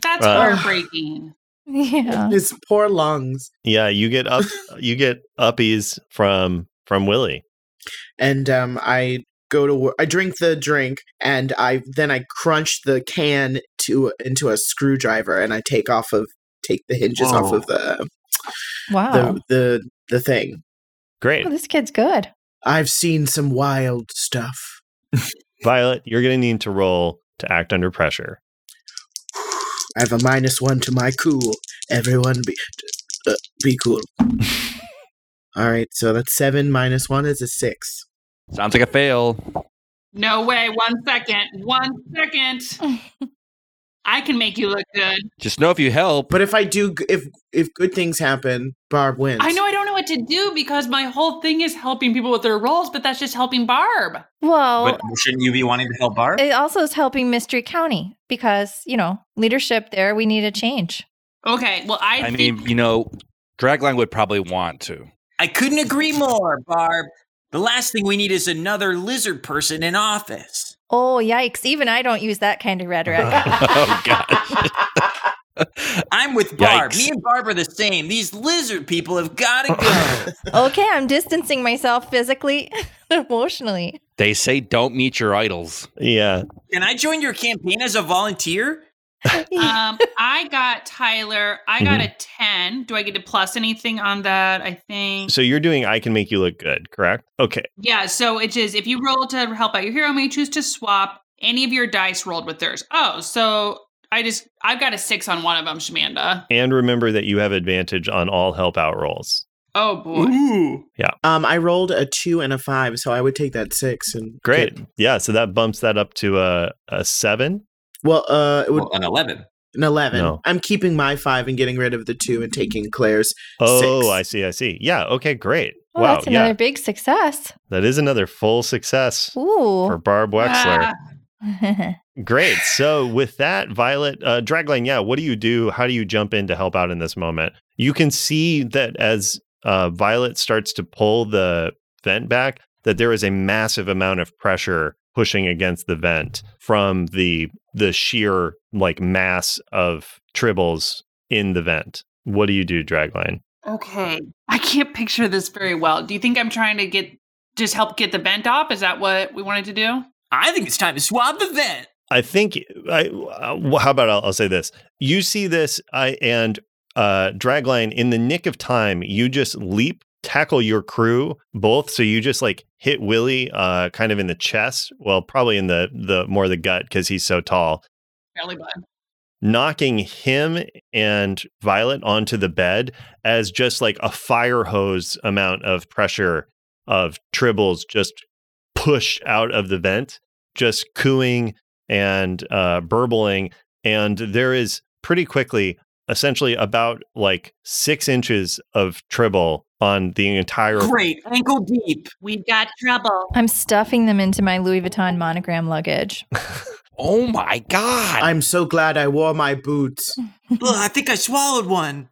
Speaker 8: That's
Speaker 2: Uh,
Speaker 8: heartbreaking.
Speaker 3: Yeah.
Speaker 4: His poor lungs.
Speaker 2: Yeah, you get up you get uppies from from Willie.
Speaker 4: And um, I go to work. I drink the drink, and I then I crunch the can to into a screwdriver, and I take off of take the hinges off
Speaker 6: Whoa.
Speaker 4: of the
Speaker 3: Wow.
Speaker 4: the the the thing.
Speaker 2: Great.
Speaker 3: Oh, this kid's good.
Speaker 4: I've seen some wild stuff.
Speaker 2: Violet, you're gonna need to roll to act under pressure.
Speaker 4: I have a minus one to my cool. Everyone be uh, be cool. All right, so that's seven minus one is a six.
Speaker 1: Sounds like a fail.
Speaker 8: No way. One second. One second. I can make you look good.
Speaker 1: Just know if you help.
Speaker 4: But if I do, g- if if good things happen, Barb wins.
Speaker 8: I know I don't know what to do because my whole thing is helping people with their roles, but that's just helping Barb.
Speaker 3: Well,
Speaker 6: But shouldn't you be wanting to help Barb?
Speaker 3: it also is helping Mystery County because, you know, leadership there, we need a change.
Speaker 8: Okay. Well, I,
Speaker 1: I
Speaker 8: think-
Speaker 1: mean, you know, Dragline would probably want to.
Speaker 6: I couldn't agree more, Barb. The last thing we need is another lizard person in office.
Speaker 3: Oh, yikes. Even I don't use that kind of rhetoric.
Speaker 1: oh gosh.
Speaker 6: I'm with Barb.
Speaker 1: Yikes. Uh-uh.
Speaker 6: Me and Barb are the same. These lizard people have got to go.
Speaker 3: okay, I'm distancing myself physically, emotionally.
Speaker 1: They say don't meet your idols.
Speaker 2: Yeah.
Speaker 6: Can I join your campaign as a volunteer?
Speaker 8: um, I got Tyler. I got a ten. Do I get to plus anything on that? I
Speaker 3: Mm.
Speaker 8: think.
Speaker 2: So you're doing I can make you look good, correct? Okay.
Speaker 8: Yeah. So it is if you roll to help out your hero, may choose to swap any of your dice rolled with theirs. Oh, so I just I've got a six on one of them, Shamanda.
Speaker 2: And remember that you have advantage on all help out rolls.
Speaker 8: Oh boy.
Speaker 6: Ooh.
Speaker 4: Um, I rolled a two and a five, so I would take that six and
Speaker 2: Great.
Speaker 4: get-
Speaker 2: Yeah. So that bumps that up to a, a seven.
Speaker 4: well, uh, it would
Speaker 6: Well, an 11.
Speaker 4: an eleven.
Speaker 2: No.
Speaker 4: I'm keeping my five and getting rid of the two and taking Claire's.
Speaker 2: Oh,
Speaker 4: Six.
Speaker 2: I see. I see. Yeah. Okay. Great.
Speaker 3: Oh,
Speaker 2: wow.
Speaker 3: that's another
Speaker 2: Yeah.
Speaker 3: big success.
Speaker 2: That is another full success for
Speaker 3: Ooh.
Speaker 2: Barb Wexler.
Speaker 8: Ah,
Speaker 2: Great. So with that, Violet, uh, Dragline, yeah, what do you do? How do you jump in to help out in this moment? You can see that as uh, Violet starts to pull the vent back, that there is a massive amount of pressure pushing against the vent from the the sheer like mass of tribbles in the vent. What do you do, Dragline?
Speaker 8: okay. I can't picture this very well. Do you think I'm trying to get just help get the bent off? Is that what we wanted to do?
Speaker 6: I think it's time to swab the vent.
Speaker 2: I think I. Uh, well, how about I'll, I'll say this? You see this, I and uh, Dragline in the nick of time. You just leap, tackle your crew both. So you just like hit Willie, uh, kind of in the chest. Well, probably in the the more the gut because he's so tall,
Speaker 8: Fairly bad.
Speaker 2: knocking him and Violet onto the bed as just like a fire hose amount of pressure of tribbles just pushed out of the vent, just cooing and uh, burbling. And there is pretty quickly, essentially, about like six inches of tribble on the entire.
Speaker 6: Great. Ankle deep.
Speaker 8: We've got trouble.
Speaker 3: I'm stuffing them into my Louis Vuitton monogram luggage.
Speaker 1: Oh my god.
Speaker 4: I'm so glad I wore my boots.
Speaker 6: Ugh, I think I swallowed one.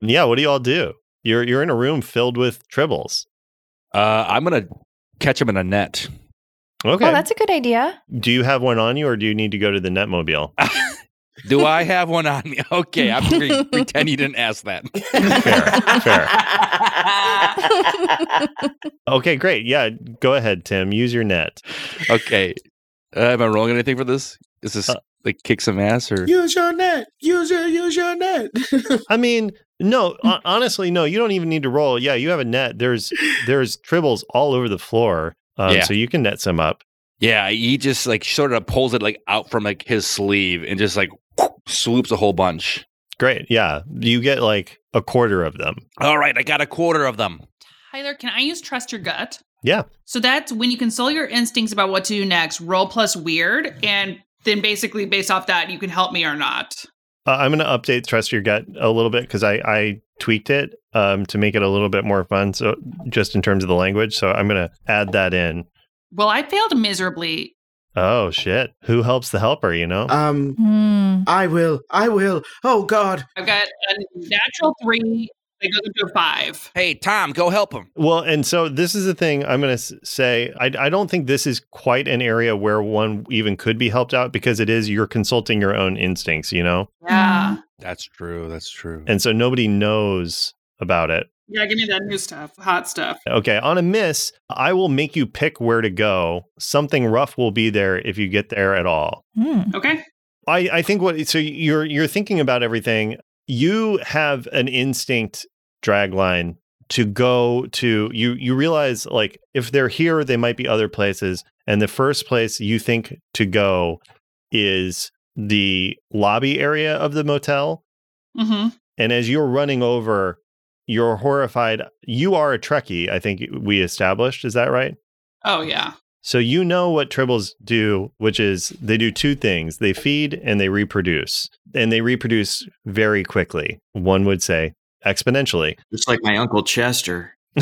Speaker 2: yeah, what do you all do? You're you're in a room filled with tribbles.
Speaker 1: uh, I'm gonna catch him in a net.
Speaker 2: Okay.
Speaker 3: Oh, that's a good idea.
Speaker 2: do you have one on you, or do you need to go to the netmobile?
Speaker 1: Do I have one on me? Okay, I'm gonna pretend you didn't ask that.
Speaker 2: Fair, fair.
Speaker 3: oh,
Speaker 2: Okay, great. Yeah, go ahead, Tim. Use your net.
Speaker 1: Okay. Uh, am I rolling anything for this? Is this
Speaker 2: Uh,
Speaker 1: like kick some ass or?
Speaker 4: Use your net. Use your use your net.
Speaker 2: I mean, no, hon- honestly, no. You don't even need to roll. Yeah, you have a net. There's there's tribbles all over the floor, um,
Speaker 1: Yeah.
Speaker 2: so you can net some up.
Speaker 1: Yeah, he just like sort of pulls it like out from like his sleeve and just like swoops a whole bunch.
Speaker 2: Great. Yeah. You get like a quarter of them.
Speaker 1: All right, I got a quarter of them.
Speaker 8: Tyler, can I use trust your gut?
Speaker 2: Yeah.
Speaker 8: So that's when you consult your instincts about what to do next, roll plus weird, and then basically based off that, you can help me or not.
Speaker 2: Uh, I'm going to update trust your gut a little bit because I, I tweaked it um, to make it a little bit more fun. So just in terms of the language. So I'm going to add that in.
Speaker 8: Well, I failed miserably.
Speaker 2: Oh shit! Who helps the helper? You know.
Speaker 4: Um, mm. I will. I will. Oh God!
Speaker 8: I've got a natural three. It goes up to a five.
Speaker 1: Hey, Tom, go help him.
Speaker 2: Well, and so this is the thing I'm going to say. I, I don't think this is quite an area where one even could be helped out because it is you're consulting your own instincts. You know.
Speaker 8: Yeah.
Speaker 3: Mm.
Speaker 1: That's true. That's true.
Speaker 2: And so nobody knows about it.
Speaker 8: Yeah, give me that new stuff, hot stuff.
Speaker 2: Okay, on a miss, I will make you pick where to go. Something rough will be there if you get there at all.
Speaker 8: Mm. Okay.
Speaker 2: I, I think what so you're you're thinking about everything. You have an instinct drag line to go to you you realize like if they're here they might be other places and the first place you think to go is the lobby area of the motel
Speaker 8: mm-hmm.
Speaker 2: and as you're running over you're horrified. You are a Trekkie, I think we established. Is that right?
Speaker 8: Oh, yeah.
Speaker 2: So you know what tribbles do, which is they do two things they feed and they reproduce, and they reproduce very quickly. One would say exponentially.
Speaker 6: Just like my Uncle Chester.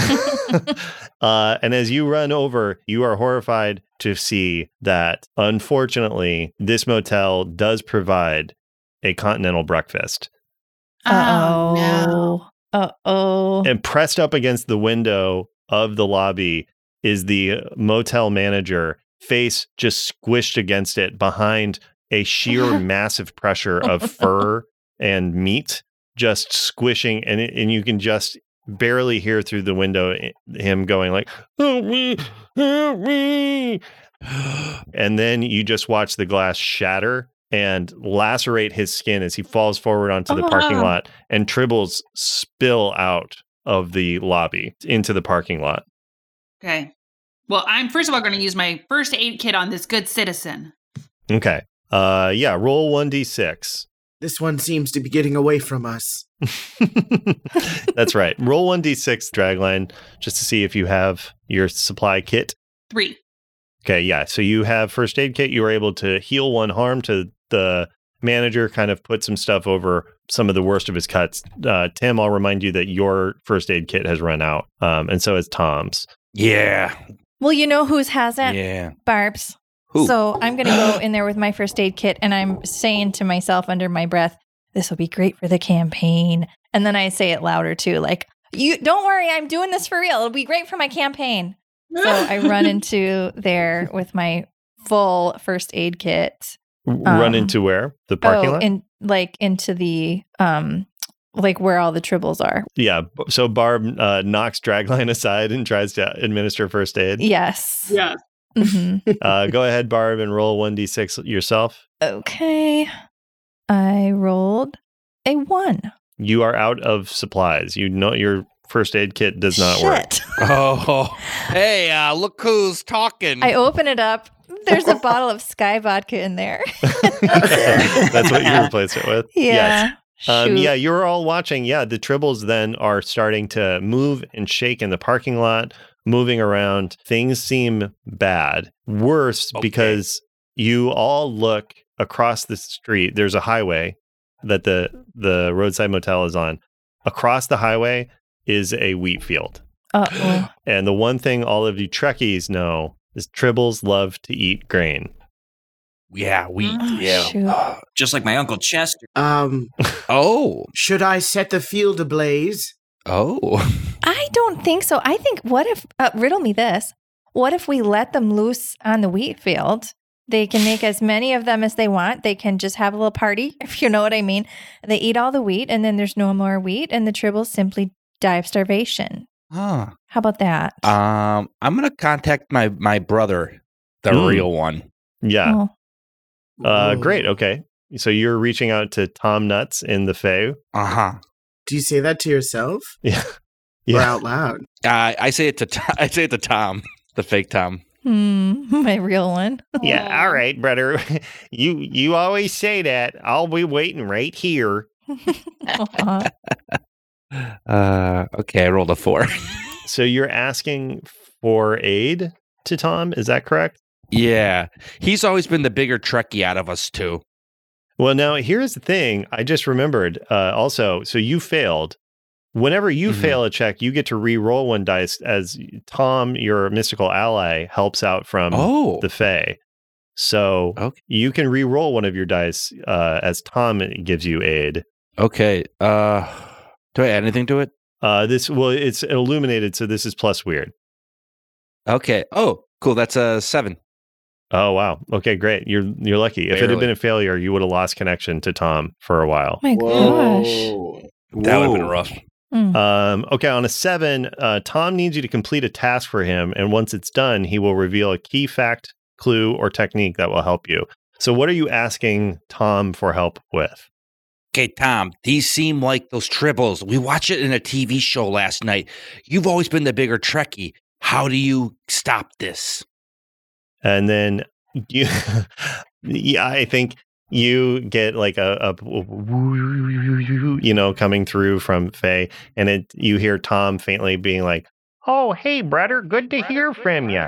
Speaker 2: uh, and as you run over, you are horrified to see that unfortunately, this motel does provide a continental breakfast.
Speaker 3: Oh, no. Uh-oh.
Speaker 2: And pressed up against the window of the lobby is the uh, motel manager, face just squished against it behind a sheer massive pressure of fur and meat just squishing and and you can just barely hear through the window eh, him going like "Oh, help me help me and then you just watch the glass shatter and lacerate his skin as he falls forward onto the oh. parking lot and tribbles spill out of the lobby into the parking lot.
Speaker 8: Okay. Well, I'm first of all going to use my first aid kit on this good citizen.
Speaker 2: Okay. Uh yeah, roll 1d6.
Speaker 4: This one seems to be getting away from us.
Speaker 2: That's right. Roll 1d6 dragline just to see if you have your supply kit.
Speaker 8: 3.
Speaker 2: Okay, yeah. So you have first aid kit. You were able to heal one harm to the manager, kind of put some stuff over some of the worst of his cuts. Uh, Tim, I'll remind you that your first aid kit has run out, um, and so has Tom's.
Speaker 1: Yeah.
Speaker 3: Well, you know whose hasn't?
Speaker 1: Yeah.
Speaker 3: Barb's. Who? So I'm going to go in there with my first aid kit, and I'm saying to myself under my breath, "This will be great for the campaign." And then I say it louder too, like, "You don't worry, I'm doing this for real. It'll be great for my campaign." so I run into there with my full first aid kit.
Speaker 2: Um, run into where? The parking oh, lot?
Speaker 3: And Uh-huh. in, like into the um like where all the tribbles are.
Speaker 2: Yeah. So Barb uh, knocks Dragline aside and tries to administer first aid.
Speaker 3: Yes.
Speaker 8: Yeah.
Speaker 3: Mm-hmm.
Speaker 2: uh, go ahead, Barb, and roll 1d6 yourself.
Speaker 3: Oh. Okay. I rolled a one.
Speaker 2: You are out of supplies. You know, you're first aid kit does not Shit. work.
Speaker 1: oh, hey, uh, look who's talking.
Speaker 3: I open it up. There's a bottle of Sky vodka in there.
Speaker 2: That's what you replace it with.
Speaker 3: Yeah. Yes.
Speaker 2: Um, yeah, you're all watching. Yeah, the tribbles then are starting to move and shake in the parking lot, moving around. Things seem bad, worse okay. because you all look across the street. There's a highway that the the roadside motel is on. Across the highway, is a wheat field.
Speaker 3: Uh-oh.
Speaker 2: And the one thing all of you Trekkies know is tribbles love to eat grain.
Speaker 1: Yeah, wheat. Oh, yeah.
Speaker 6: Uh, just like my Uncle Chester.
Speaker 4: Um
Speaker 1: Oh.
Speaker 4: Should I set the field ablaze?
Speaker 1: Oh.
Speaker 3: I don't think so. I think what if uh, riddle me this. What if we let them loose on the wheat field? They can make as many of them as they want. They can just have a little party, if you know what I mean. They eat all the wheat and then there's no more wheat and the tribbles simply die of starvation.
Speaker 1: Huh.
Speaker 3: How about that?
Speaker 1: Um, I'm gonna contact my my brother, the mm. real one.
Speaker 2: Yeah. Oh. Uh, great. Okay. So you're reaching out to Tom Nuts in the Fae.
Speaker 1: Uh huh.
Speaker 4: Do you say that to yourself?
Speaker 2: Yeah.
Speaker 4: yeah. Or out loud?
Speaker 1: Uh, I say it to t- I say it to Tom, the fake Tom.
Speaker 3: Hmm, my real one.
Speaker 2: Yeah, all right, brother. You you always say that. I'll be waiting right here.
Speaker 3: Aw.
Speaker 1: Uh, okay, I rolled a four.
Speaker 2: So you're asking for aid to Tom, is that correct?
Speaker 1: yeah, he's always been the bigger Trekkie out of us two.
Speaker 2: Well, now here's the thing. I just remembered uh, also, so you failed. Whenever you
Speaker 1: Mhm.
Speaker 2: fail a check, you get to re-roll one dice as Tom, your mystical ally, helps out from
Speaker 1: Oh,
Speaker 2: the Fae. So
Speaker 1: Okay.
Speaker 2: you can re-roll one of your dice uh, as Tom gives you aid.
Speaker 1: okay. Uh, do I add anything to it?
Speaker 2: Uh, this well, it's illuminated, so this is plus weird.
Speaker 1: Okay. Oh, cool. That's a seven.
Speaker 2: Oh wow. Okay, great. You're you're lucky. If it had
Speaker 1: Barely.
Speaker 2: been a failure, you would have lost connection to Tom for a while.
Speaker 3: Oh my gosh.
Speaker 1: That would have been
Speaker 6: Whoa.
Speaker 1: rough.
Speaker 3: Mm.
Speaker 2: Um, okay, on a seven, uh, Tom needs you to complete a task for him, and once it's done, he will reveal a key fact, clue, or technique that will help you. So, what are you asking Tom for help with?
Speaker 1: Okay, Tom, these seem like those tribbles. We watched it in a TV show last night. You've always been the bigger Trekkie. How do you stop this?
Speaker 2: And then you, yeah, I think you get like a, a you know coming through from Faye, and it you hear Tom faintly being like, "Oh, hey, brother, good to hear from you.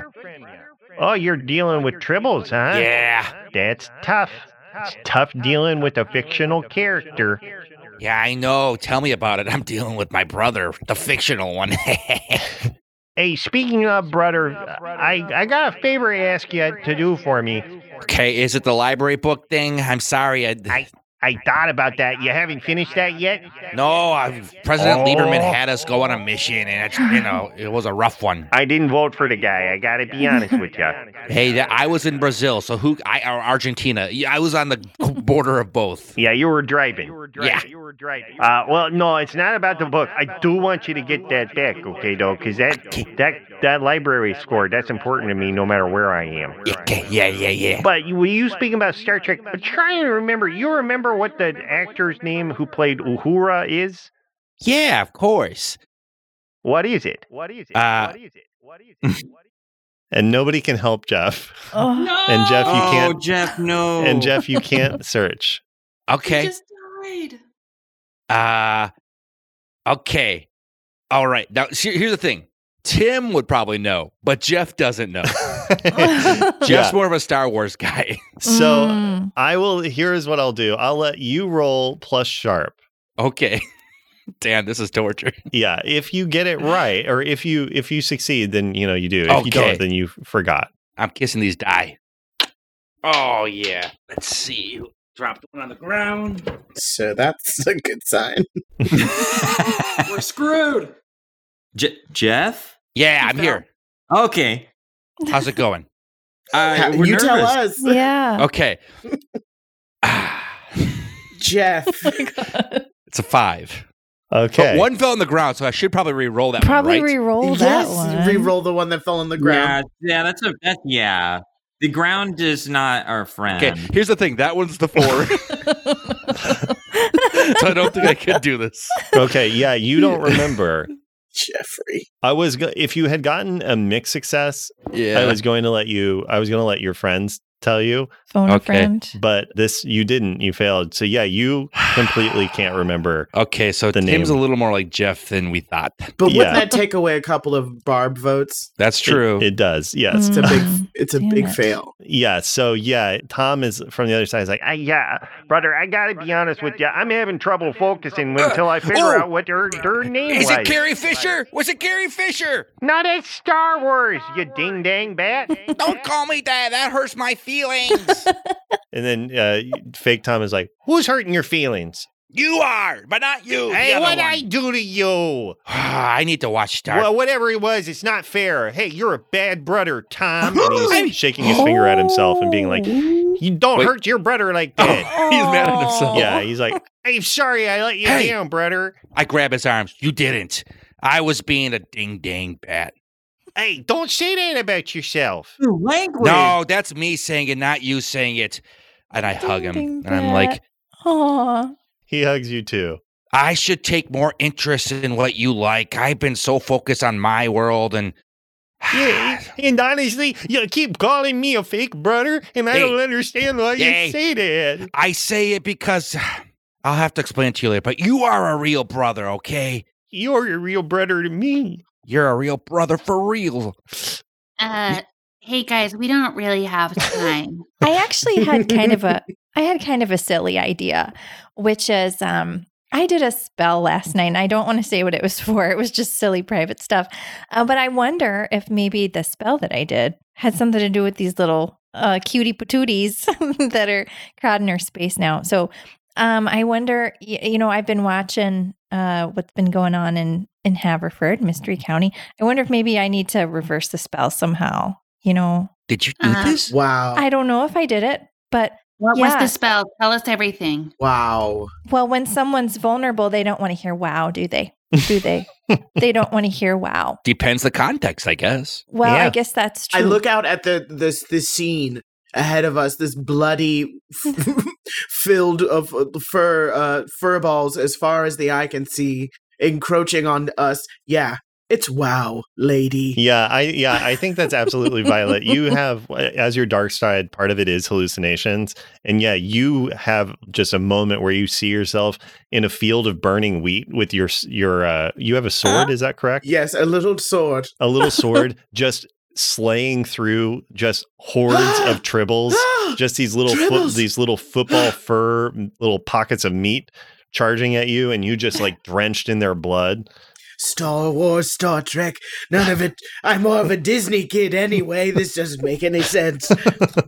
Speaker 2: Oh, you're dealing with tribbles, huh?
Speaker 1: Yeah.
Speaker 2: That's tough. It's tough dealing with a fictional character.
Speaker 1: Yeah, I know. Oh, Tell me about it. I'm dealing with my brother, the fictional one.
Speaker 2: Hey, speaking of brother, uh, I, I got a favor to ask you to do for me.
Speaker 1: okay, is it the library book thing? I'm sorry. I,
Speaker 2: I thought about that. You haven't finished that yet?
Speaker 1: no, I, President
Speaker 2: Oh.
Speaker 1: Lieberman had us go on a mission, and it's, you know it was a rough one.
Speaker 2: I didn't vote for the guy. I gotta be honest with you.
Speaker 1: Hey, that- I was in Brazil, so who? I or Argentina. Yeah, I was on the border of both.
Speaker 2: Yeah, you were driving.
Speaker 1: Yeah.
Speaker 2: Uh, well, no, it's not about the book. I do want you to get that back, okay, though, because that that that library score that's important to me, no matter where I am.
Speaker 1: Okay, yeah, yeah, yeah.
Speaker 2: But you- were you speaking about Star Trek? I'm trying to remember. You remember what the actor's name who played Uhura is?
Speaker 1: Yeah, of course.
Speaker 2: What is it?
Speaker 1: Uh,
Speaker 2: And nobody can help Jeff.
Speaker 3: Oh,
Speaker 5: No.
Speaker 2: And Jeff, you
Speaker 6: oh,
Speaker 2: can't-
Speaker 6: Jeff, no.
Speaker 2: you can't search.
Speaker 5: He
Speaker 1: uh, okay.
Speaker 5: just died.
Speaker 1: Uh okay. All right. Now here- here's the thing. Tim would probably know, but Jeff doesn't know. Jeff's more of a Star Wars guy.
Speaker 2: So
Speaker 3: Mm.
Speaker 2: I will. Here's what I'll do. I'll let you roll plus sharp.
Speaker 1: okay. Dan, this is torture.
Speaker 2: Yeah, if you get it right, or if you if you succeed, then you know you do. If you
Speaker 1: Okay.
Speaker 2: don't, then you forgot.
Speaker 1: I'm kissing these die. Oh yeah. Let's see. Dropped one on the ground.
Speaker 4: So that's a good sign.
Speaker 8: We're screwed.
Speaker 6: Je- Jeff?
Speaker 1: Yeah,
Speaker 8: You
Speaker 1: I'm
Speaker 8: fell.
Speaker 1: here.
Speaker 6: Okay.
Speaker 1: How's it going?
Speaker 6: Uh,
Speaker 4: Ha-
Speaker 6: we're
Speaker 4: you
Speaker 6: nervous.
Speaker 4: tell us,
Speaker 3: yeah.
Speaker 1: Okay. Ah,
Speaker 4: Jeff.
Speaker 1: it's a five.
Speaker 2: Okay.
Speaker 1: But one fell on the ground, so I should probably re-roll that
Speaker 3: Probably
Speaker 1: one, right?
Speaker 3: re-roll that one.
Speaker 4: Reroll the one that fell on the ground.
Speaker 6: Yeah, yeah, that's a that's yeah. The ground is not our friend.
Speaker 1: okay, here's the thing. That one's the four. so I don't think I could do this.
Speaker 2: okay. Yeah, you don't remember.
Speaker 4: Jeffrey.
Speaker 2: I was go- if you had gotten a mixed success,
Speaker 1: Yeah.
Speaker 2: I was going to let you. I was going to let your friends tell you,
Speaker 3: Phone a
Speaker 1: Okay.
Speaker 3: friend.
Speaker 2: but this you didn't. You failed. So yeah, you completely can't remember.
Speaker 1: Okay, so
Speaker 2: the
Speaker 1: Tim's
Speaker 2: name.
Speaker 1: a little more like Jeff than we thought.
Speaker 4: But
Speaker 2: Yeah.
Speaker 4: wouldn't that take away a couple of Barb votes?
Speaker 1: That's
Speaker 2: It-
Speaker 1: true.
Speaker 2: It, does. Yes.
Speaker 4: It's a
Speaker 3: Mm.
Speaker 4: big. It's a
Speaker 3: Damn
Speaker 4: big
Speaker 3: it.
Speaker 4: fail.
Speaker 2: Yeah. So yeah, Tom is from the other side. He's like, I, yeah, brother, I gotta be honest with you. I'm having trouble focusing until I figure
Speaker 1: oh!
Speaker 2: out what their their name
Speaker 1: Is
Speaker 2: was.
Speaker 1: it Carrie Fisher? Was it Carrie Fisher?
Speaker 2: Not at Star Wars, you ding dang bat.
Speaker 1: Don't call me that. That hurts my feelings.
Speaker 2: and then uh, fake Tom is like, Who's hurting your feelings?
Speaker 1: you are, but not you. the other one.
Speaker 2: do to you?
Speaker 1: I need to watch Star.
Speaker 2: Well, whatever it was, it's not fair. Hey, you're a bad brother, Tom. And
Speaker 1: I'm-
Speaker 2: he's shaking his finger at himself and being like, You don't
Speaker 1: Wait.
Speaker 2: hurt your brother like
Speaker 1: Oh,
Speaker 2: that.
Speaker 1: he's mad at himself.
Speaker 2: Yeah, he's like, I'm sorry I let you
Speaker 1: Hey.
Speaker 2: down, brother.
Speaker 1: I grab his arms. You didn't. I was being a ding dang bat.
Speaker 2: Hey, don't say that about yourself.
Speaker 6: Ooh, language.
Speaker 1: No, that's me saying it, not you saying it. And I hug him,
Speaker 3: Ding-dang
Speaker 1: and I'm
Speaker 3: bat.
Speaker 1: like,
Speaker 3: Aw.
Speaker 2: He hugs you too.
Speaker 1: I should take more interest in what you like. I've been so focused on my world and
Speaker 2: Yeah, and honestly, you keep calling me a fake brother, and I
Speaker 1: Hey.
Speaker 2: don't understand why
Speaker 1: Hey.
Speaker 2: you say that.
Speaker 1: I say it because I'll have to explain to you later, but you are a real brother, okay?
Speaker 2: You're your real brother to me.
Speaker 1: You're a real brother for real.
Speaker 8: Uh, hey guys, we don't really have time.
Speaker 3: I actually had kind of a I had kind of a silly idea, which is um I did a spell last night and I don't want to say what it was for. It was just silly private stuff. Uh, but I wonder if maybe the spell that I did had something to do with these little uh, cutie patooties that are crowding our space now. So um, I wonder, y- you know, I've been watching uh, what's been going on in, in Haverford, Mystery County. I wonder if maybe I need to reverse the spell somehow, you know?
Speaker 1: Did you do
Speaker 8: Uh,
Speaker 1: this?
Speaker 4: Wow.
Speaker 3: I don't know if I did it, but
Speaker 8: What was
Speaker 3: Yeah.
Speaker 8: the spell? Tell us everything.
Speaker 4: wow.
Speaker 3: Well, when someone's vulnerable, they don't want to hear wow, do they? Do they? they don't want to hear wow.
Speaker 1: Depends the context, I guess.
Speaker 3: Well,
Speaker 2: Yeah.
Speaker 3: I guess that's true.
Speaker 4: I look out at the this this scene ahead of us. This bloody field of uh, fur uh, fur balls as far as the eye can see, encroaching on us. Yeah, it's wow, lady.
Speaker 2: Yeah, I yeah, I think that's absolutely Violet. You have as your dark side, part of it is hallucinations. And yeah, you have just a moment where you see yourself in a field of burning wheat with your s- your uh you have a
Speaker 4: Uh-huh.
Speaker 2: sword, is that correct?
Speaker 4: Yes, a little sword.
Speaker 2: A little sword just slaying through just hordes of tribbles. just these little foot,
Speaker 4: Tribbles!
Speaker 2: these little football fur little pockets of meat charging at you and you just like drenched in their blood
Speaker 4: Star Wars, Star Trek, none of it. I'm more of a Disney kid anyway. This doesn't make any sense. Oh,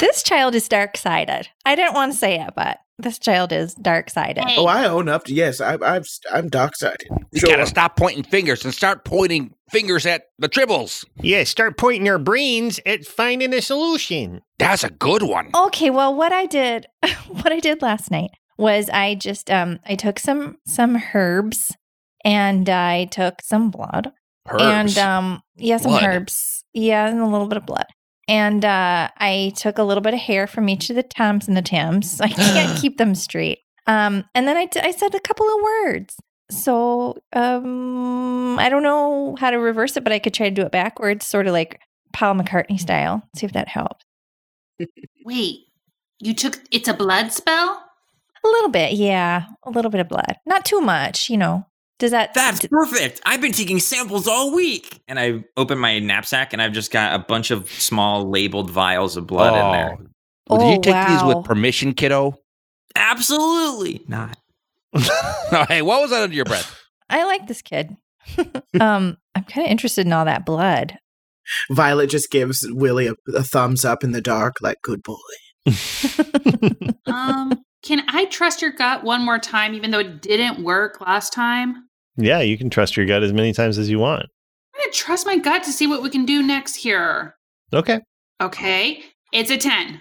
Speaker 3: this child is dark sided. I didn't want to say it, but this child is dark sided.
Speaker 8: Hey,
Speaker 4: Oh, I own up. to Yes, I'm I'm, I'm dark sided.
Speaker 1: We gotta stop pointing fingers and start pointing fingers at the tribbles.
Speaker 2: yeah start pointing your brains at finding a solution
Speaker 1: That's a good one.
Speaker 3: Okay, well, what I did, what I did last night was I just um I took some some herbs and I took some blood
Speaker 1: Herbs.
Speaker 3: and um yeah some
Speaker 1: Blood.
Speaker 3: herbs yeah and a little bit of blood and uh i took a little bit of hair from each of the toms and the tams i can't keep them straight um and then I t- I said a couple of words so um i don't know how to reverse it but i could try to do it backwards sort of like paul mccartney style see if that helps
Speaker 8: wait. You took it's a blood spell?
Speaker 3: a little bit yeah a little bit of blood not too much you know does that
Speaker 6: That's perfect. I've been taking samples all week. And I open my knapsack and I've just got a bunch of small labeled vials of blood in there.
Speaker 1: Oh. Did you
Speaker 3: Oh,
Speaker 1: take these
Speaker 3: wow.
Speaker 1: with permission, kiddo?
Speaker 6: Absolutely not.
Speaker 1: hey, what was that under your breath?
Speaker 3: i like this kid um i'm kind of interested in all that blood
Speaker 4: Violet just gives Willie a, a thumbs up in the dark, like good boy.
Speaker 8: Um, can I trust your gut one more time, even though it didn't work last time? I'm
Speaker 2: yeah you can trust your gut as many times as you want
Speaker 8: gonna trust my gut to see what we can do next here.
Speaker 2: okay
Speaker 8: Okay. It's a 10.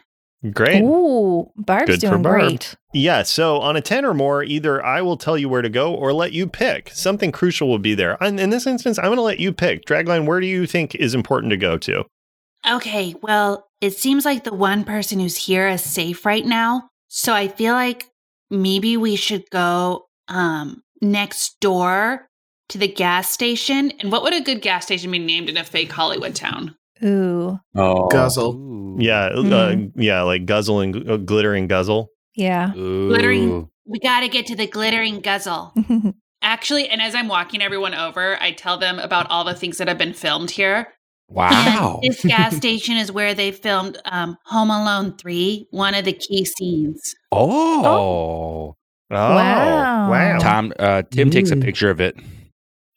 Speaker 2: great
Speaker 3: Ooh, Barb's
Speaker 2: Good for
Speaker 3: doing
Speaker 2: Barb.
Speaker 3: great.
Speaker 2: Yeah, so on a 10 or more, either I will tell you where to go or let you pick. Something crucial will be there. And in this instance, I'm going to let you pick. Dragline, where do you think is important to go to?
Speaker 8: Okay, well, it seems like the one person who's here is safe right now. So I feel like maybe we should go um next door to the gas station. And what would a good gas station be named in a fake Hollywood town?
Speaker 3: Ooh,
Speaker 6: Oh.
Speaker 4: Guzzle.
Speaker 2: Yeah, uh,
Speaker 3: Mhm.
Speaker 2: yeah, like guzzle and gl- uh, glitter and guzzle.
Speaker 3: yeah.
Speaker 8: Glittering. We got to get to the glittering guzzle.
Speaker 3: Ooh,
Speaker 8: Actually, and as I'm walking everyone over, I tell them about all the things that have been filmed here.
Speaker 1: Wow.
Speaker 8: And this gas station is where they filmed um, Home Alone 3, one of the key scenes.
Speaker 1: Oh.
Speaker 2: Oh,
Speaker 3: Wow.
Speaker 1: Tom uh Tim takes a
Speaker 4: Mm.
Speaker 1: picture of it.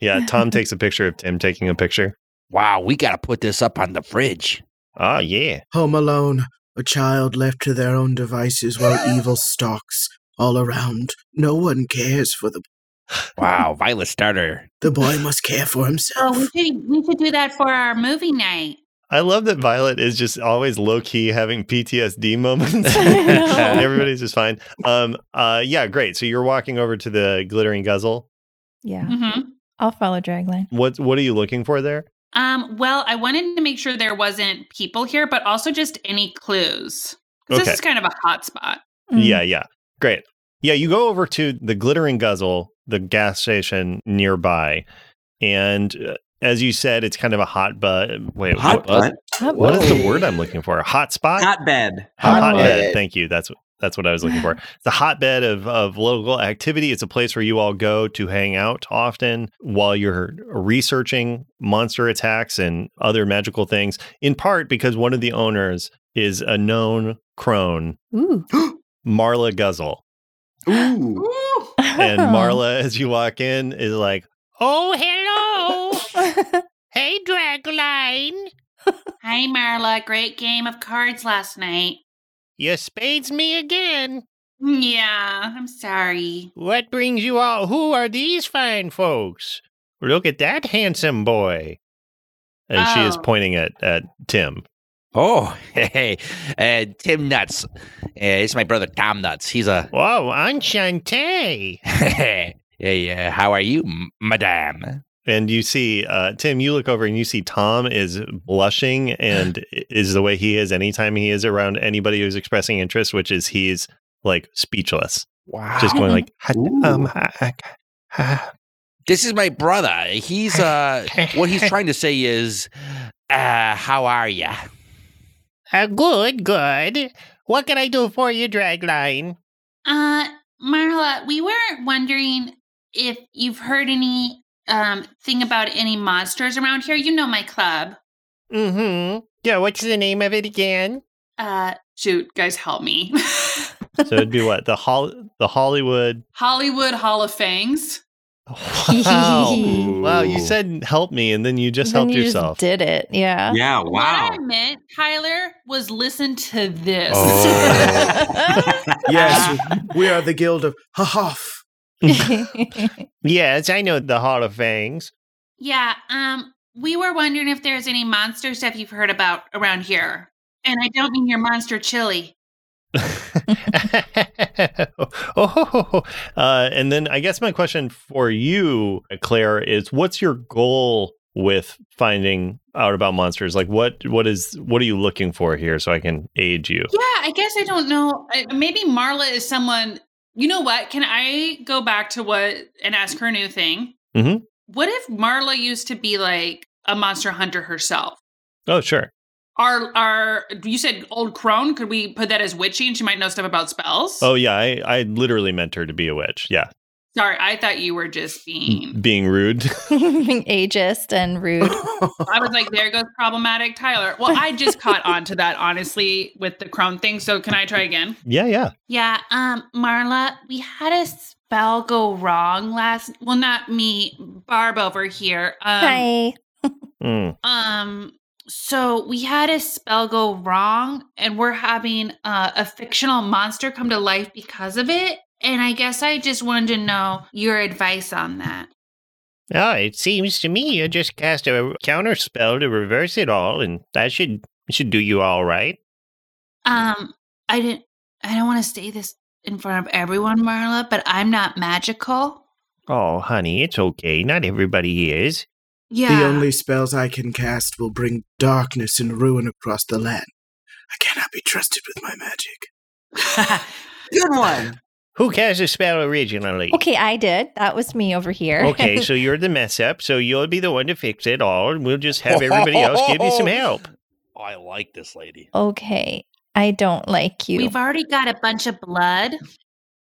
Speaker 2: Yeah, Tom takes a picture of Tim taking a picture.
Speaker 1: Wow, we gotta put this up on the fridge.
Speaker 2: Oh, yeah.
Speaker 4: Home alone, a child left to their own devices while evil stalks all around. No one cares for the
Speaker 1: Wow, Violet Starter.
Speaker 4: the boy must care for
Speaker 8: Oh,
Speaker 4: himself.
Speaker 8: we should, we should do that for our movie night.
Speaker 2: I love that Violet is just always low key having PTSD moments.
Speaker 3: know.
Speaker 2: Everybody's just fine. Um, uh, yeah, great. So you're walking over to the glittering guzzle.
Speaker 3: yeah.
Speaker 8: hmm
Speaker 3: I'll follow Dragline.
Speaker 2: What what are you looking for there?
Speaker 8: Um, well, I wanted to make sure there wasn't people here, but also just any clues. 'Cause
Speaker 2: Okay.
Speaker 8: This is kind of a hot spot.
Speaker 3: Mm.
Speaker 2: Yeah, yeah. Great. Yeah, you go over to the Glittering Guzzle, the gas station nearby, and uh, as you said, it's kind of a hot butt. um, Wait,
Speaker 6: Hot
Speaker 2: what,
Speaker 6: butt?
Speaker 3: Hot
Speaker 2: what
Speaker 3: butt.
Speaker 2: is the word I'm looking for? A hot spot?
Speaker 6: Hotbed.
Speaker 2: hot,
Speaker 4: Hotbed.
Speaker 2: hotbed. Thank you. That's that's what I was looking for. It's a hotbed of of local activity. It's a place where you all go to hang out often while you're researching monster attacks and other magical things. In part because one of the owners is a known crone,
Speaker 3: Ooh.
Speaker 2: Marla Guzzle.
Speaker 6: Ooh.
Speaker 8: Ooh,
Speaker 2: And Marla, as you walk in, is like,
Speaker 1: Oh, hello. hey, Dragline.
Speaker 8: hi Marla. Great game of cards last night.
Speaker 1: You spades me again.
Speaker 8: Yeah, I'm sorry.
Speaker 1: What brings you all? Who are these fine folks?
Speaker 2: Look at that handsome boy. And she is
Speaker 8: Oh.
Speaker 2: pointing at, at Tim.
Speaker 1: Oh, hey, hey, uh, Tim Nuts. Uh, it's my brother Tom Nuts. He's a.
Speaker 2: Whoa, enchanté. "Eh,
Speaker 1: hey, uh, how are you, m- madame?
Speaker 2: And you see, uh, Tim, you look over and you see Tom is blushing and is the way he is anytime he is around anybody who's expressing interest, which is he's like speechless,
Speaker 1: Wow.
Speaker 2: just going like, "Ha-
Speaker 6: Ooh.
Speaker 2: um, ha- ha- ha-
Speaker 1: This is my brother. He's uh what he's trying to say is uh how are you?
Speaker 9: Uh, good, good. What can I do for you, Dragline?
Speaker 8: Uh, Marla, we were wondering if you've heard any um thing about any monsters around here. You know my club.
Speaker 9: Mm-hmm. Yeah, what's the name of it again?
Speaker 8: Uh, shoot, guys, help me.
Speaker 2: So it'd be what the hol- the Hollywood.
Speaker 8: Hollywood Hall of Fangs.
Speaker 2: Wow. wow, you said help me, and then you just
Speaker 3: Then
Speaker 2: helped
Speaker 3: you
Speaker 2: yourself.
Speaker 3: did it. Yeah.
Speaker 2: Oh,
Speaker 6: Yeah,
Speaker 8: What I
Speaker 6: wow.
Speaker 8: meant, Tyler, was listen to this.
Speaker 6: Oh.
Speaker 2: Oh.
Speaker 4: Yes, we are the guild of ha Hoff.
Speaker 2: yes, I know the Hall of Fangs.
Speaker 8: yeah, um, we were wondering if there's any monster stuff you've heard about around here. And I don't mean your monster chili.
Speaker 2: oh, uh, and then I guess my question for you, Claire, is what's your goal with finding out about monsters? Like, what what is what are you looking for here, so I can aid you?
Speaker 8: Yeah, I guess I don't know. I- Maybe Marla is someone. You know what? Can I go back to what and ask her a new thing?
Speaker 2: Mhm.
Speaker 8: What if Marla used to be like a monster hunter herself?
Speaker 2: Oh, sure.
Speaker 8: Our, our, you said old crone. Could we put that as witchy and she might know stuff about spells?
Speaker 2: Oh, yeah. I I literally meant her to be a witch. Yeah,
Speaker 8: Sorry, I thought you were just
Speaker 9: Mm.
Speaker 8: being.
Speaker 2: being rude.
Speaker 3: Ageist and rude.
Speaker 8: I was like, there goes problematic Tyler. Well, I just caught on to that, honestly, with the crone thing. So can I try again?
Speaker 2: yeah, yeah.
Speaker 8: Yeah, um, Marla, we had a spell go wrong last well, not me, Barb over here. Um
Speaker 3: Hi.
Speaker 2: Mm.
Speaker 8: um so we had a spell go wrong and we're having uh, a fictional monster come to life because of it. And I guess I just wanted to know your advice on that.
Speaker 9: Oh, it seems to me you just cast a counter spell to reverse it all, and that should should do you all right.
Speaker 8: Um, I didn't. I don't want to say this in front of everyone, Marla, but I'm not magical.
Speaker 9: Oh, honey, it's okay. Not everybody is.
Speaker 8: Yeah.
Speaker 4: The only spells I can cast will bring darkness and ruin across the land. I cannot be trusted with my magic.
Speaker 6: Good one.
Speaker 9: Who cast a spell originally?
Speaker 3: Okay, I did. That was me over here.
Speaker 9: Okay, so you're the mess up, so you'll be the one to fix it all, and we'll just have everybody else give you some help.
Speaker 1: I like this lady.
Speaker 3: okay. I don't like you.
Speaker 8: We've already got a bunch of blood.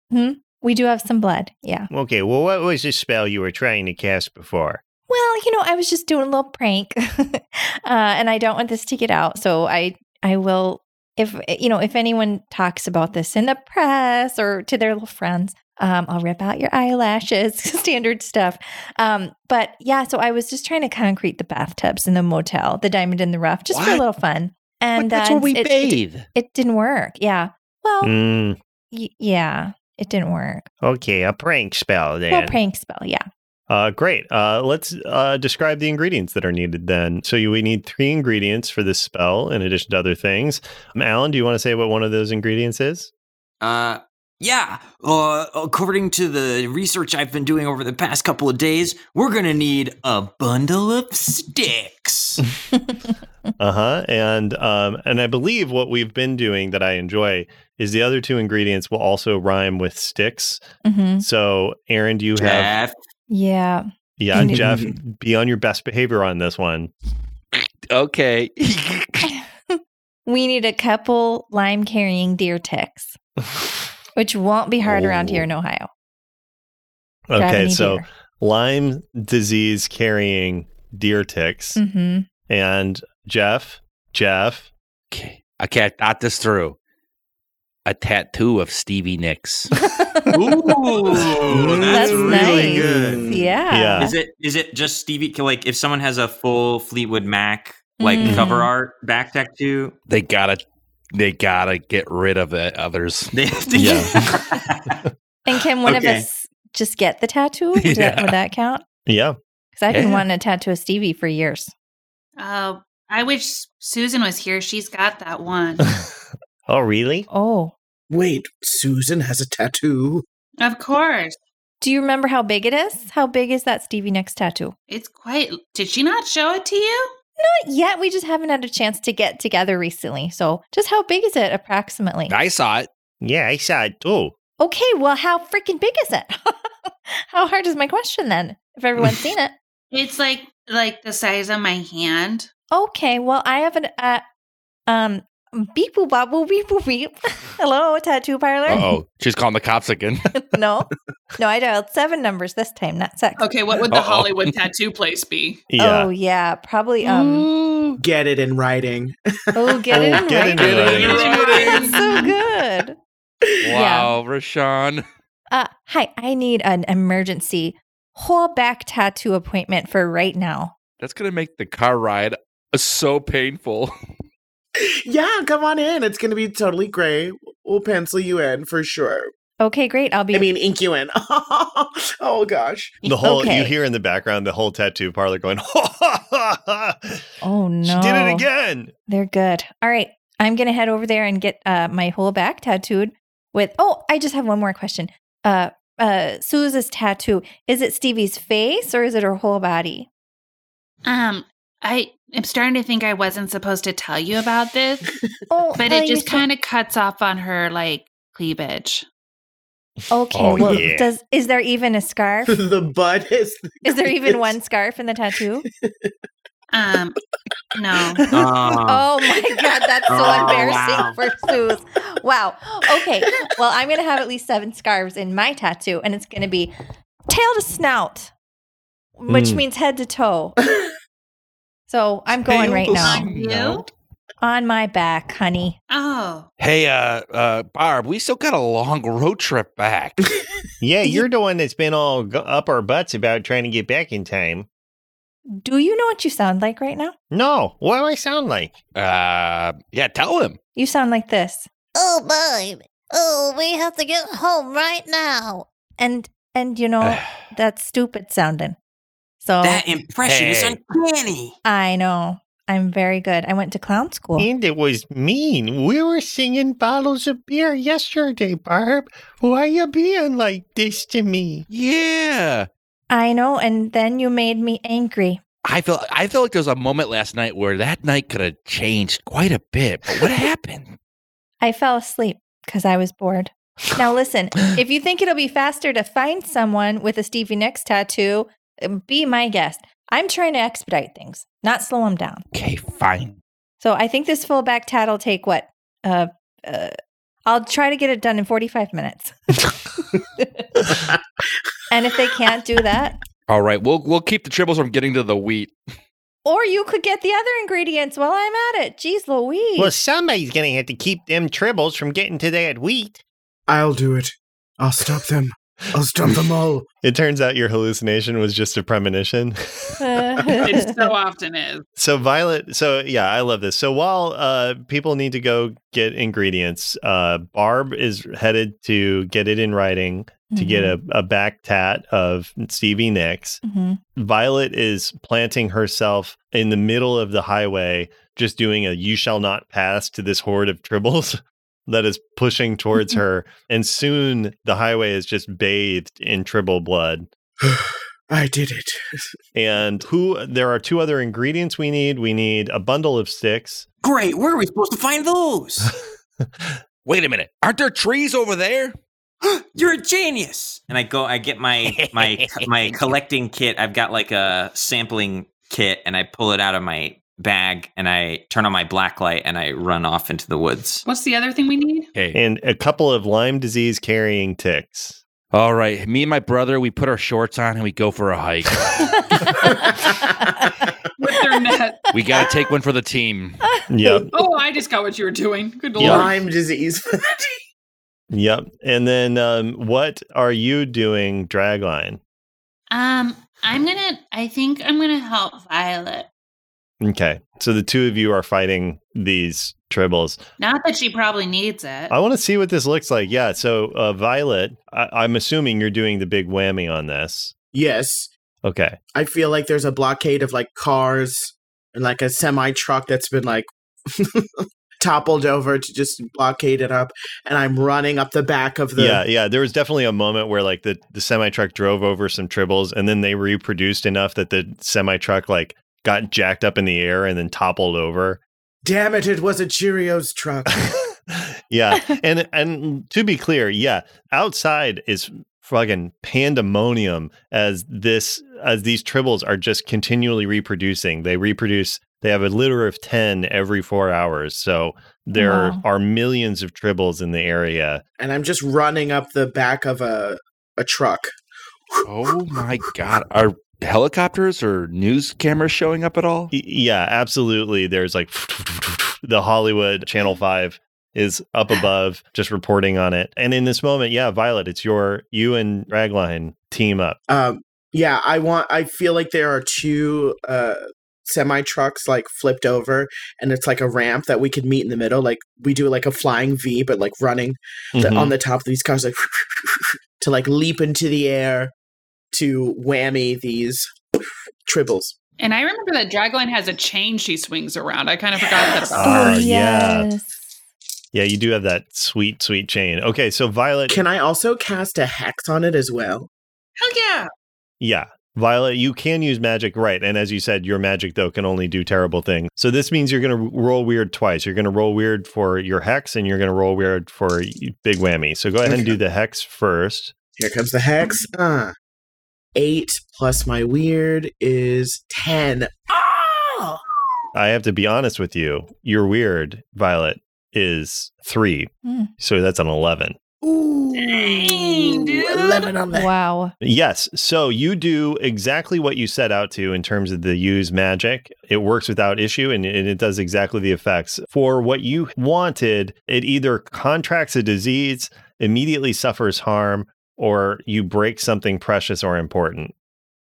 Speaker 3: we do have some blood. Yeah.
Speaker 9: Okay, well, what was the spell you were trying to cast before?
Speaker 3: Well, you know, I was just doing a little prank, uh, and I don't want this to get out. So I, I will, if eh, you know, if anyone talks about this in the press or to their little friends, um, I'll rip out your eyelashes, standard stuff. Um, but yeah, so I was just trying to concrete the bathtubs in the motel, the diamond in the rough, just for a
Speaker 1: What?
Speaker 3: little fun. And
Speaker 1: But that's where we
Speaker 3: it, Oh. it,
Speaker 1: bathe.
Speaker 3: it didn't work. Yeah. Well,
Speaker 9: Mm,
Speaker 3: y- yeah, it didn't work.
Speaker 9: okay, a prank spell then.
Speaker 3: Well, prank spell. Yeah.
Speaker 2: Uh, great. Uh, let's uh, describe the ingredients that are needed then. So you, we need three ingredients for this spell, in addition to other things. Um, Alan, do you want to say what one of those ingredients is?
Speaker 6: Uh, yeah. Uh, according to the research I've been doing over the past couple of days, we're gonna need a bundle of sticks.
Speaker 2: Uh huh. And um, and I believe what we've been doing that I enjoy is the other two ingredients will also rhyme with sticks.
Speaker 3: hmm
Speaker 2: So Aaron, do you have
Speaker 6: Jeff,
Speaker 3: Yeah.
Speaker 2: Yeah, Jeff, be on your best behavior on this one.
Speaker 1: Okay.
Speaker 3: we need a couple lime carrying deer ticks, which won't be hard around
Speaker 2: Oh.
Speaker 3: here in Ohio. Grab
Speaker 2: Okay,
Speaker 3: any
Speaker 2: so
Speaker 3: deer.
Speaker 2: Lyme disease carrying deer ticks.
Speaker 3: Mhm.
Speaker 2: And Jeff, Jeff,
Speaker 1: okay. Okay, I thought this through. A tattoo of Stevie Nicks.
Speaker 6: Ooh, that's
Speaker 3: That's
Speaker 6: really
Speaker 3: nice.
Speaker 6: good.
Speaker 3: Yeah.
Speaker 6: Is it is it just Stevie like if someone has a full Fleetwood Mac like
Speaker 3: Mm.
Speaker 6: cover art back tattoo,
Speaker 1: they gotta they gotta get rid of the others.
Speaker 6: they have to
Speaker 3: And can one
Speaker 6: Okay.
Speaker 3: of us just get the tattoo? Does that,
Speaker 1: Yeah.
Speaker 3: would that count?
Speaker 2: yeah,
Speaker 3: Because I've been
Speaker 1: Yeah.
Speaker 3: wanting a tattoo of Stevie for years.
Speaker 8: Oh, I wish Susan was here. She's got that one.
Speaker 9: Oh, really?
Speaker 3: Oh,
Speaker 4: Wait, Susan has a tattoo.
Speaker 8: of course.
Speaker 3: do you remember how big it is? How big is that Stevie Nicks tattoo?
Speaker 8: It's quite. Did she not show it to you?
Speaker 3: Not yet. We just haven't had a chance to get together recently. So, just how big is it approximately?
Speaker 1: I saw it.
Speaker 9: Yeah, I saw it Oh, too.
Speaker 3: Okay, well, how freaking big is it? how hard is my question then? If everyone's seen it.
Speaker 8: It's like like the size of my hand.
Speaker 3: Okay, well, I have an uh, um beep boop bop boop beep boop beep. Hello, tattoo parlor.
Speaker 1: oh. She's calling the cops again.
Speaker 3: No, no, I dialed seven numbers this time, not six.
Speaker 8: Okay, what would
Speaker 1: the Uh-oh. Hollywood
Speaker 8: tattoo place be?
Speaker 2: yeah.
Speaker 3: Oh yeah, probably. Um.
Speaker 4: Mm. Get it in writing.
Speaker 3: Oh, get it
Speaker 2: Oh,
Speaker 3: in
Speaker 2: get it
Speaker 3: writing.
Speaker 2: in
Speaker 8: writing.
Speaker 3: It's so good.
Speaker 1: Wow, Rashawn.
Speaker 3: Uh, hi, I need an emergency whole back tattoo appointment for right now.
Speaker 1: That's gonna make the car ride so painful.
Speaker 4: Yeah, come on in. It's gonna be totally great. We'll pencil you in for sure.
Speaker 3: Okay, great. I'll be.
Speaker 4: I mean, ink you in. oh gosh.
Speaker 2: The whole you
Speaker 3: Okay.
Speaker 2: hear in the background the whole tattoo parlor going, "Oh." ha, ha, ha, ha.
Speaker 3: oh no,
Speaker 2: she did it again.
Speaker 3: They're good. All right. I'm going to head over there and get uh, my whole back tattooed with. Oh, I just have one more question. Uh, uh, Suze's tattoo, is it Stevie's face or is it her whole body?
Speaker 8: Um, I am starting to think I wasn't supposed to tell you about this,
Speaker 3: Oh,
Speaker 8: but
Speaker 3: I
Speaker 8: it just
Speaker 3: was-
Speaker 8: kind of cuts off on her like cleavage.
Speaker 3: Okay.
Speaker 9: Oh,
Speaker 3: well,
Speaker 9: yeah.
Speaker 3: does is there even a scarf?
Speaker 4: the butt is.
Speaker 3: Is there even
Speaker 4: Yes.
Speaker 3: one scarf in the tattoo?
Speaker 8: Um, no.
Speaker 4: Um,
Speaker 6: Ah.
Speaker 3: Oh my god, that's so
Speaker 6: Oh,
Speaker 3: embarrassing
Speaker 6: wow.
Speaker 3: for Suze. Wow. Okay. Well, I'm gonna have at least seven scarves in my tattoo, and it's gonna be tail to snout, which
Speaker 2: Mm.
Speaker 3: means head to toe. So I'm going right now
Speaker 8: On you?
Speaker 3: on my back, honey.
Speaker 8: Oh,
Speaker 1: Hey, uh, uh, Barb, we still got a long road trip back.
Speaker 9: Yeah, you're the one that's been all go- up our butts about trying to get back in time.
Speaker 3: Do you know what you sound like right now?
Speaker 9: No, what do I sound like?
Speaker 1: uh, yeah, tell him.
Speaker 3: You sound like this,
Speaker 10: Oh, babe. Oh, we have to get home right now.
Speaker 3: and and you know that's stupid sounding. So
Speaker 6: that impression is
Speaker 1: Hey.
Speaker 6: uncanny.
Speaker 3: I know I'm very good. I went to clown school.
Speaker 9: And it was mean. We were singing bottles of beer yesterday, Barb. Why you being like this to me?
Speaker 1: yeah,
Speaker 3: I know, and then you made me angry.
Speaker 1: I feel I feel like there was a moment last night where that night could have changed quite a bit. But what happened?
Speaker 3: I fell asleep because I was bored. Now, listen, if you think it'll be faster to find someone with a Stevie Nicks tattoo, uh, be my guest. I'm trying to expedite things, not slow them down.
Speaker 1: Okay, fine.
Speaker 3: So I think this full back tat will take what? Uh, uh, I'll try to get it done in 45 minutes. and if they can't do that,
Speaker 1: All right, we'll we'll keep the tribbles from getting to the wheat.
Speaker 3: or you could get the other ingredients while I'm at it. Jeez Louise.
Speaker 9: Well, somebody's going to have to keep them tribbles from getting to that wheat.
Speaker 4: I'll do it. I'll stop them. I'll stop them all.
Speaker 2: It turns out your hallucination was just a premonition.
Speaker 8: it so often is.
Speaker 2: So Violet, so yeah, I love this. So while uh, people need to go get ingredients, uh, Barb is headed to get it in writing to get
Speaker 3: Mm-hmm.
Speaker 2: a, a back tat of Stevie Nicks.
Speaker 3: Mhm.
Speaker 4: Mm-hmm.
Speaker 2: Violet is planting herself in the middle of the highway, just doing a you shall not pass to this horde of tribbles that is pushing towards
Speaker 4: Mm-hmm.
Speaker 2: her. And soon the highway is just bathed in tribble blood.
Speaker 4: I did it.
Speaker 2: And who there are two other ingredients we need. We need a bundle of sticks.
Speaker 6: Great, where are we supposed to find those?
Speaker 1: Wait a minute, aren't there trees over there?
Speaker 6: You're a genius. And I go, I get my my my collecting kit. I've got like a sampling kit, and I pull it out of my bag, and I turn on my black light, and I run off into the woods.
Speaker 8: What's the other thing we need?
Speaker 1: Okay.
Speaker 2: And a couple of Lyme disease carrying ticks.
Speaker 1: All right. Me and my brother, we put our shorts on and we go for a hike.
Speaker 8: With their net.
Speaker 1: we got to take one for the team.
Speaker 2: Yep.
Speaker 8: Oh, I just got what you were doing. Good
Speaker 2: Yeah.
Speaker 8: lord.
Speaker 4: Lyme disease.
Speaker 2: Yep. And then um, what are you doing, Dragline?
Speaker 8: Um, I'm gonna. I think I'm gonna help Violet.
Speaker 2: Okay. So the two of you are fighting these tribbles.
Speaker 8: Not that she probably needs it.
Speaker 2: I want to see what this looks like. Yeah. So, uh, Violet, I- I'm assuming you're doing the big whammy on this.
Speaker 4: yes.
Speaker 2: Okay.
Speaker 4: I feel like there's a blockade of like cars and like a semi truck that's been like toppled over to just blockade it up. And I'm running up the back of the.
Speaker 2: yeah. Yeah. There was definitely a moment where like the, the semi truck drove over some tribbles and then they reproduced enough that the semi truck like got jacked up in the air and then toppled over.
Speaker 4: Damn it, it was a Cheerios truck.
Speaker 2: yeah. And and to be clear, yeah, outside is fucking pandemonium as this as these tribbles are just continually reproducing. They reproduce they have a litter of 10 every 4 hours. So there
Speaker 3: Wow.
Speaker 2: are millions of tribbles in the area.
Speaker 4: and I'm just running up the back of a, a truck.
Speaker 1: Oh my God. Are helicopters or news cameras showing up at all?
Speaker 2: Y- yeah, absolutely. There's like the Hollywood Channel 5 is up above just reporting on it. And in this moment, yeah, Violet, it's your you and Ragline team up.
Speaker 4: Um, yeah, I want. I feel like there are two uh, semi trucks like flipped over, and it's like a ramp that we could meet in the middle. Like we do like a flying V, but like running the-
Speaker 2: Mhm.
Speaker 4: on the top of these cars, like to like leap into the air to whammy these tribbles.
Speaker 8: And I remember that Dragline has a chain she swings around. I kind of forgot that about her.
Speaker 2: Oh,
Speaker 3: oh,
Speaker 2: yeah.
Speaker 3: yes.
Speaker 2: Yeah, you do have that sweet, sweet chain. Okay, so Violet,
Speaker 4: Can I also cast a hex on it as well?
Speaker 8: Hell yeah.
Speaker 2: yeah, Violet, you can use magic, right? And as you said, your magic though can only do terrible things. So this means you're going to roll weird twice. You're going to roll weird for your hex, and you're going to roll weird for y- big whammy. So go ahead and do the hex first.
Speaker 4: Here comes the hex. Uh, eight plus my weird is ten.
Speaker 8: Oh!
Speaker 2: I have to be honest with you. Your weird, Violet, is three,
Speaker 3: Hmm.
Speaker 2: so that's an eleven.
Speaker 4: Ooh,
Speaker 8: Dang, dude.
Speaker 4: eleven on the
Speaker 3: Wow.
Speaker 2: Yes. So you do exactly what you set out to in terms of the use magic. It works without issue and, and it does exactly the effects. For what you wanted, it either contracts a disease, immediately suffers harm, or you break something precious or important.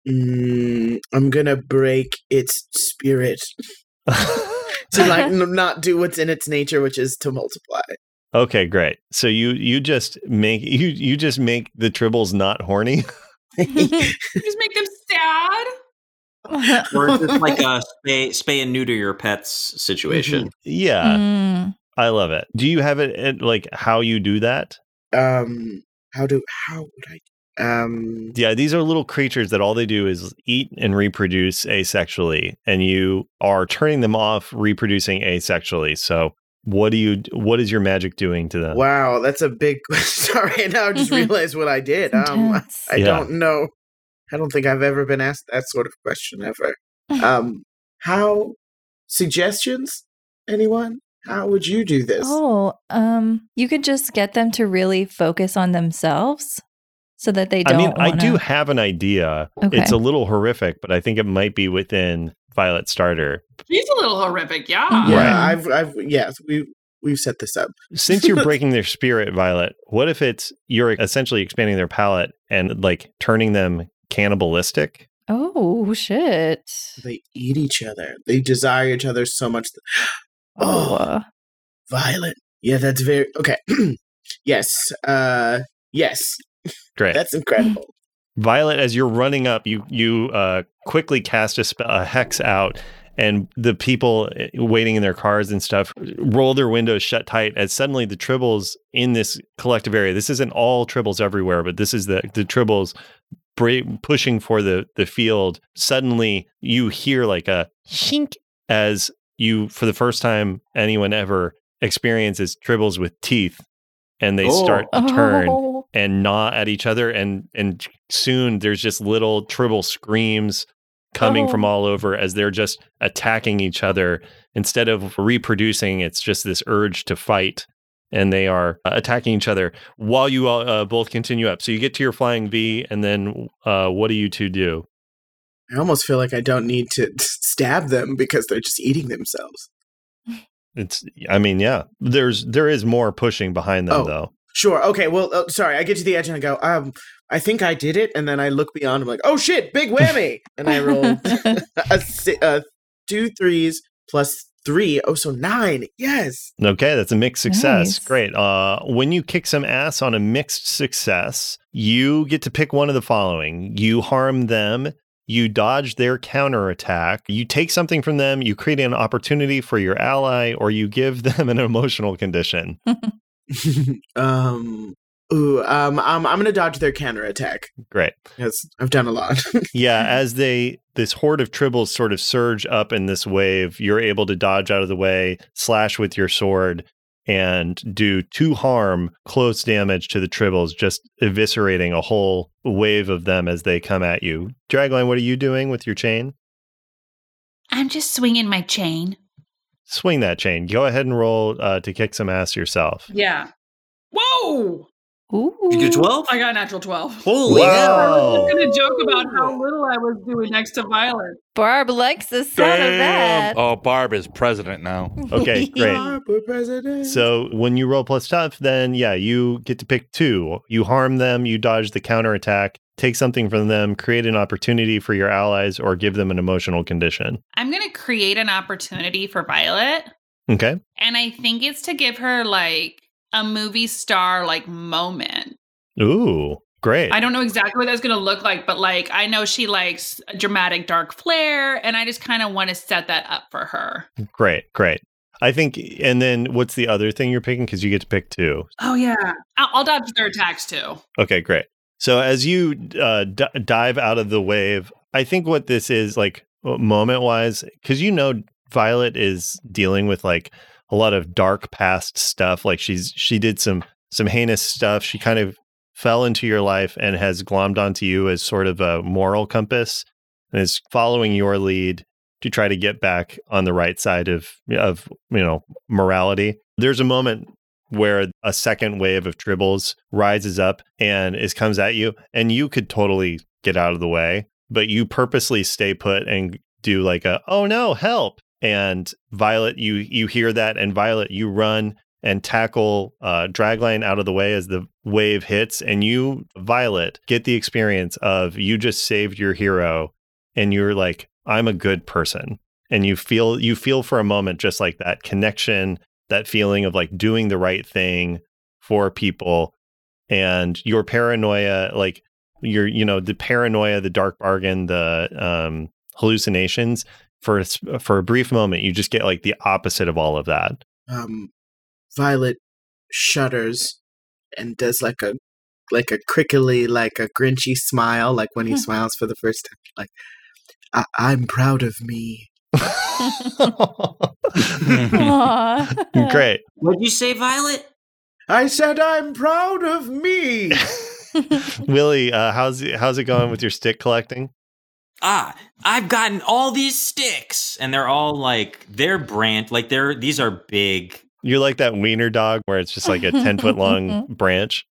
Speaker 4: Mm, I'm gonna break its spirit to like n- not do what's in its nature, which is to multiply.
Speaker 2: okay, great. So you you just make you you just make the tribbles not horny.
Speaker 8: Just make them sad.
Speaker 6: Or is this like a spay, spay and neuter your pets situation?
Speaker 2: Mm-hmm. yeah,
Speaker 3: Mm.
Speaker 2: I love it. Do you have it at, like how you do that?
Speaker 4: Um, how do how would I? Um,
Speaker 2: Yeah, these are little creatures that all they do is eat and reproduce asexually, and you are turning them off reproducing asexually. So, what do you? What is your magic doing to them?
Speaker 4: wow, that's a big question. Sorry, now I just realized what I did. Um,
Speaker 3: Mm-hmm. Intense.
Speaker 4: I
Speaker 2: Yeah.
Speaker 4: don't know. I don't think I've ever been asked that sort of question ever. Um, how suggestions? Anyone? How would you do this?
Speaker 3: Oh, um, you could just get them to really focus on themselves so that they don't.
Speaker 2: I mean, I
Speaker 3: wanna-
Speaker 2: do have an idea.
Speaker 3: Okay.
Speaker 2: It's a little horrific, but I think it might be within Violet Starter.
Speaker 8: She's a little horrific, yeah.
Speaker 3: Mhm.
Speaker 4: yeah,
Speaker 2: Right.
Speaker 4: I've, I've, yes, we we've set this up.
Speaker 2: Since you're breaking their spirit, Violet, what if it's you're essentially expanding their palate and like turning them cannibalistic?
Speaker 3: oh shit.
Speaker 4: They eat each other. They desire each other so much.
Speaker 3: Oh.
Speaker 4: Oh,
Speaker 3: uh,
Speaker 4: violent. Yeah, that's very okay. yes. Uh, yes.
Speaker 2: Great.
Speaker 4: That's incredible.
Speaker 2: Violet, as you're running up, you you uh, quickly cast a, spe- a hex out, and the people eh, waiting in their cars and stuff roll their windows shut tight. As suddenly the tribbles in this collective area, this isn't all tribbles everywhere, but this is the the tribbles bra- pushing for the the field. Suddenly, you hear like a shink as you, for the first time anyone ever experiences tribbles with teeth, and they
Speaker 6: Oh.
Speaker 2: start to turn
Speaker 3: Oh.
Speaker 2: and gnaw at each other and and soon there's just little tribal screams coming
Speaker 3: Oh.
Speaker 2: from all over as they're just attacking each other instead of reproducing it's just this urge to fight and they are uh, attacking each other while you all, uh, both continue up so you get to your flying v and then uh, what do you two do
Speaker 4: I almost feel like I don't need to stab them because they're just eating themselves.
Speaker 2: it's i mean yeah there's there is more pushing behind them
Speaker 4: Oh.
Speaker 2: though
Speaker 4: Sure. Okay. Well, uh, sorry. I get to the edge and I go, um, I think I did it. And then I look beyond. I'm like, oh shit, big whammy. and I roll a, si- uh, two threes plus three. Oh, so nine. Yes.
Speaker 2: Okay, that's a mixed success.
Speaker 3: Nice.
Speaker 2: Great. Uh, when you kick some ass on a mixed success, you get to pick one of the following you harm them, you dodge their counterattack, you take something from them, you create an opportunity for your ally, or you give them an emotional condition.
Speaker 4: um. Ooh. Um. um I'm gonna dodge their counterattack.
Speaker 2: Great.
Speaker 4: Yes, I've done a lot.
Speaker 2: yeah, as they this horde of tribbles sort of surge up in this wave, you're able to dodge out of the way, slash with your sword, and do two harm, close damage to the tribbles, just eviscerating a whole wave of them as they come at you. Dragline, what are you doing with your chain?
Speaker 8: I'm just swinging my chain.
Speaker 2: Swing that chain. Go ahead and roll uh, to kick some ass yourself.
Speaker 11: Yeah. Whoa!
Speaker 3: Ooh.
Speaker 6: You get 12?
Speaker 11: I got a natural 12.
Speaker 6: Holy
Speaker 2: Wow.
Speaker 6: hell.
Speaker 11: I was going to joke about how little I was doing next to Violet.
Speaker 3: Barb likes the sound of that.
Speaker 1: Oh, Barb is president now.
Speaker 2: Okay, great.
Speaker 4: Harper president.
Speaker 2: So when you roll plus tough, then yeah, you get to pick two. You harm them, you dodge the counterattack, take something from them, create an opportunity for your allies, or give them an emotional condition.
Speaker 8: I'm going to create an opportunity for Violet.
Speaker 2: Okay.
Speaker 8: And I think it's to give her like a movie star like moment.
Speaker 2: Ooh, great.
Speaker 11: I
Speaker 2: I,
Speaker 11: don't know exactly what that's going to look like, but like I know she likes a dramatic dark flair, and I just kind of want to set that up for her.
Speaker 2: great, great. I think, and then what's the other thing you're picking? Because you get to pick two.
Speaker 11: Oh yeah, I'll, I'll dodge their attacks too.
Speaker 2: Okay, great. So as you uh, d- dive out of the wave, I think what this is like moment wise, because you know Violet is dealing with like a lot of dark past stuff. Like she's she did some some heinous stuff. She kind of fell into your life and has glommed onto you as sort of a moral compass and is following your lead to try to get back on the right side of of you know morality. There's a moment where a second wave of tribbles rises up and is comes at you and you could totally get out of the way but you purposely stay put and do like a oh no help and violet you you hear that and violet you run and tackle uh, dragline out of the way as the wave hits and you violet get the experience of you just saved your hero and you're like i'm a good person and you feel you feel for a moment just like that connection that feeling of like doing the right thing for people and your paranoia like your you know the paranoia the dark bargain the um hallucinations for a s- for a brief moment you just get like the opposite of all of that
Speaker 4: um, Violet shudders and does like a like a crickly, like a grinchy smile, like when he smiles for the first time. Like I- I'm proud of me.
Speaker 3: Aw.
Speaker 2: Mm. great
Speaker 6: What'd you say, Violet?
Speaker 4: I said I'm proud of me.
Speaker 2: willie uh how's it- how's it going with your stick collecting
Speaker 6: Ah, I've gotten all these sticks. And they're all like, they're brand, like they're, these are big.
Speaker 2: you're like that wiener dog where it's just like a 10 foot long branch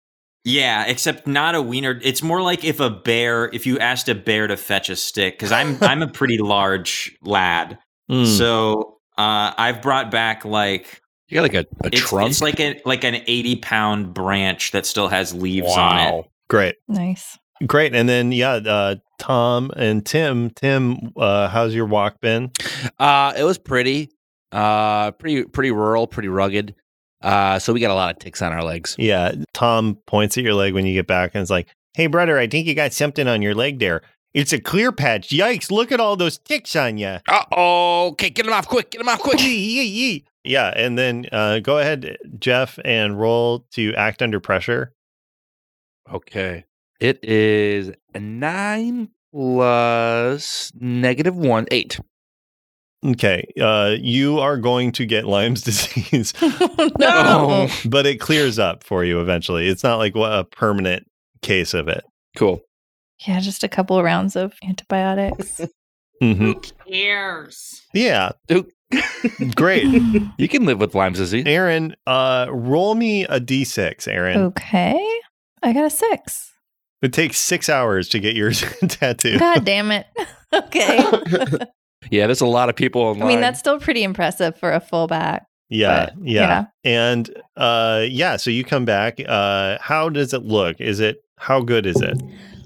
Speaker 6: Yeah, except not a wiener. It's more like if a bear, if you asked a bear to fetch a stick, because I'm, I'm a pretty large lad.
Speaker 1: Hmm.
Speaker 6: So uh, I've brought back like,
Speaker 1: You got like a, a
Speaker 6: it's,
Speaker 1: trunk?
Speaker 6: it's like a like an 80 pound branch that still has leaves on it.
Speaker 1: wow.
Speaker 2: great
Speaker 3: nice.
Speaker 2: great and then yeah uh tom and tim tim uh how's your walk been
Speaker 1: Uh, it was pretty, uh, pretty, pretty rural, pretty rugged. Uh, so we got a lot of ticks on our legs.
Speaker 2: Yeah. Tom points at your leg when you get back and is like, Hey, brother, I think you got something on your leg there. It's a clear patch. Yikes. Look at all those ticks on you.
Speaker 1: Uh oh. Okay, get him off quick. Get him off quick.
Speaker 2: Yeah. And then uh, go ahead, Jeff, and roll to act under pressure.
Speaker 1: Okay. It is nine plus negative one, eight.
Speaker 2: Okay, uh, you are going to get Lyme's disease,
Speaker 3: no.
Speaker 2: but it clears up for you eventually. It's not like a permanent case of it.
Speaker 1: Cool.
Speaker 3: Yeah, just a couple of rounds of antibiotics.
Speaker 2: hmm
Speaker 8: Cares.
Speaker 2: Yeah,
Speaker 1: Who-
Speaker 2: great.
Speaker 1: You can live with Lyme's disease.
Speaker 2: Aaron, uh, roll me a d6, Aaron.
Speaker 3: Okay. I got a six.
Speaker 2: It takes six hours to get yours tattooed.
Speaker 3: God damn it. Okay.
Speaker 1: Yeah, there's a lot of people
Speaker 3: I
Speaker 1: online.
Speaker 3: mean, that's still pretty impressive for a fullback.
Speaker 2: Yeah,
Speaker 3: But,
Speaker 2: yeah. And uh yeah, so you come back. Uh how does it look? Is it how good is it?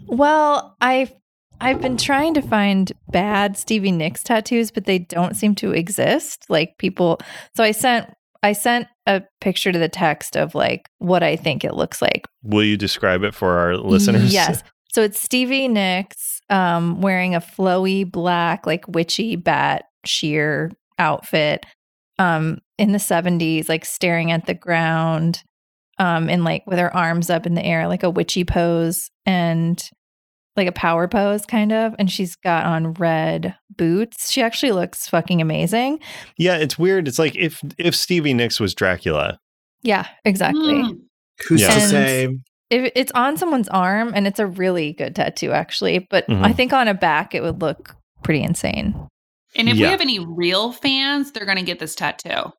Speaker 3: Well, I've I've been trying to find bad Stevie Nicks tattoos, but they don't seem to exist. Like people so I sent I sent a picture to the text of like what I think it looks like.
Speaker 2: Will you describe it for our listeners?
Speaker 3: Yes. So it's Stevie Nicks um, wearing a flowy black, like witchy bat sheer outfit um, in the 70s, like staring at the ground um, and like with her arms up in the air, like a witchy pose and like a power pose kind of. And she's got on red boots. She actually looks fucking amazing.
Speaker 2: Yeah, it's weird. It's like if if Stevie Nicks was Dracula.
Speaker 3: Yeah, exactly.
Speaker 8: Mm.
Speaker 4: Who's
Speaker 2: Yeah.
Speaker 4: to
Speaker 3: And-
Speaker 4: say?
Speaker 3: If it's on someone's arm and it's a really good tattoo actually, but
Speaker 2: Mhm.
Speaker 3: I think on a back it would look pretty insane.
Speaker 8: And if
Speaker 2: Yeah.
Speaker 8: we have any real fans, they're going to get this tattoo.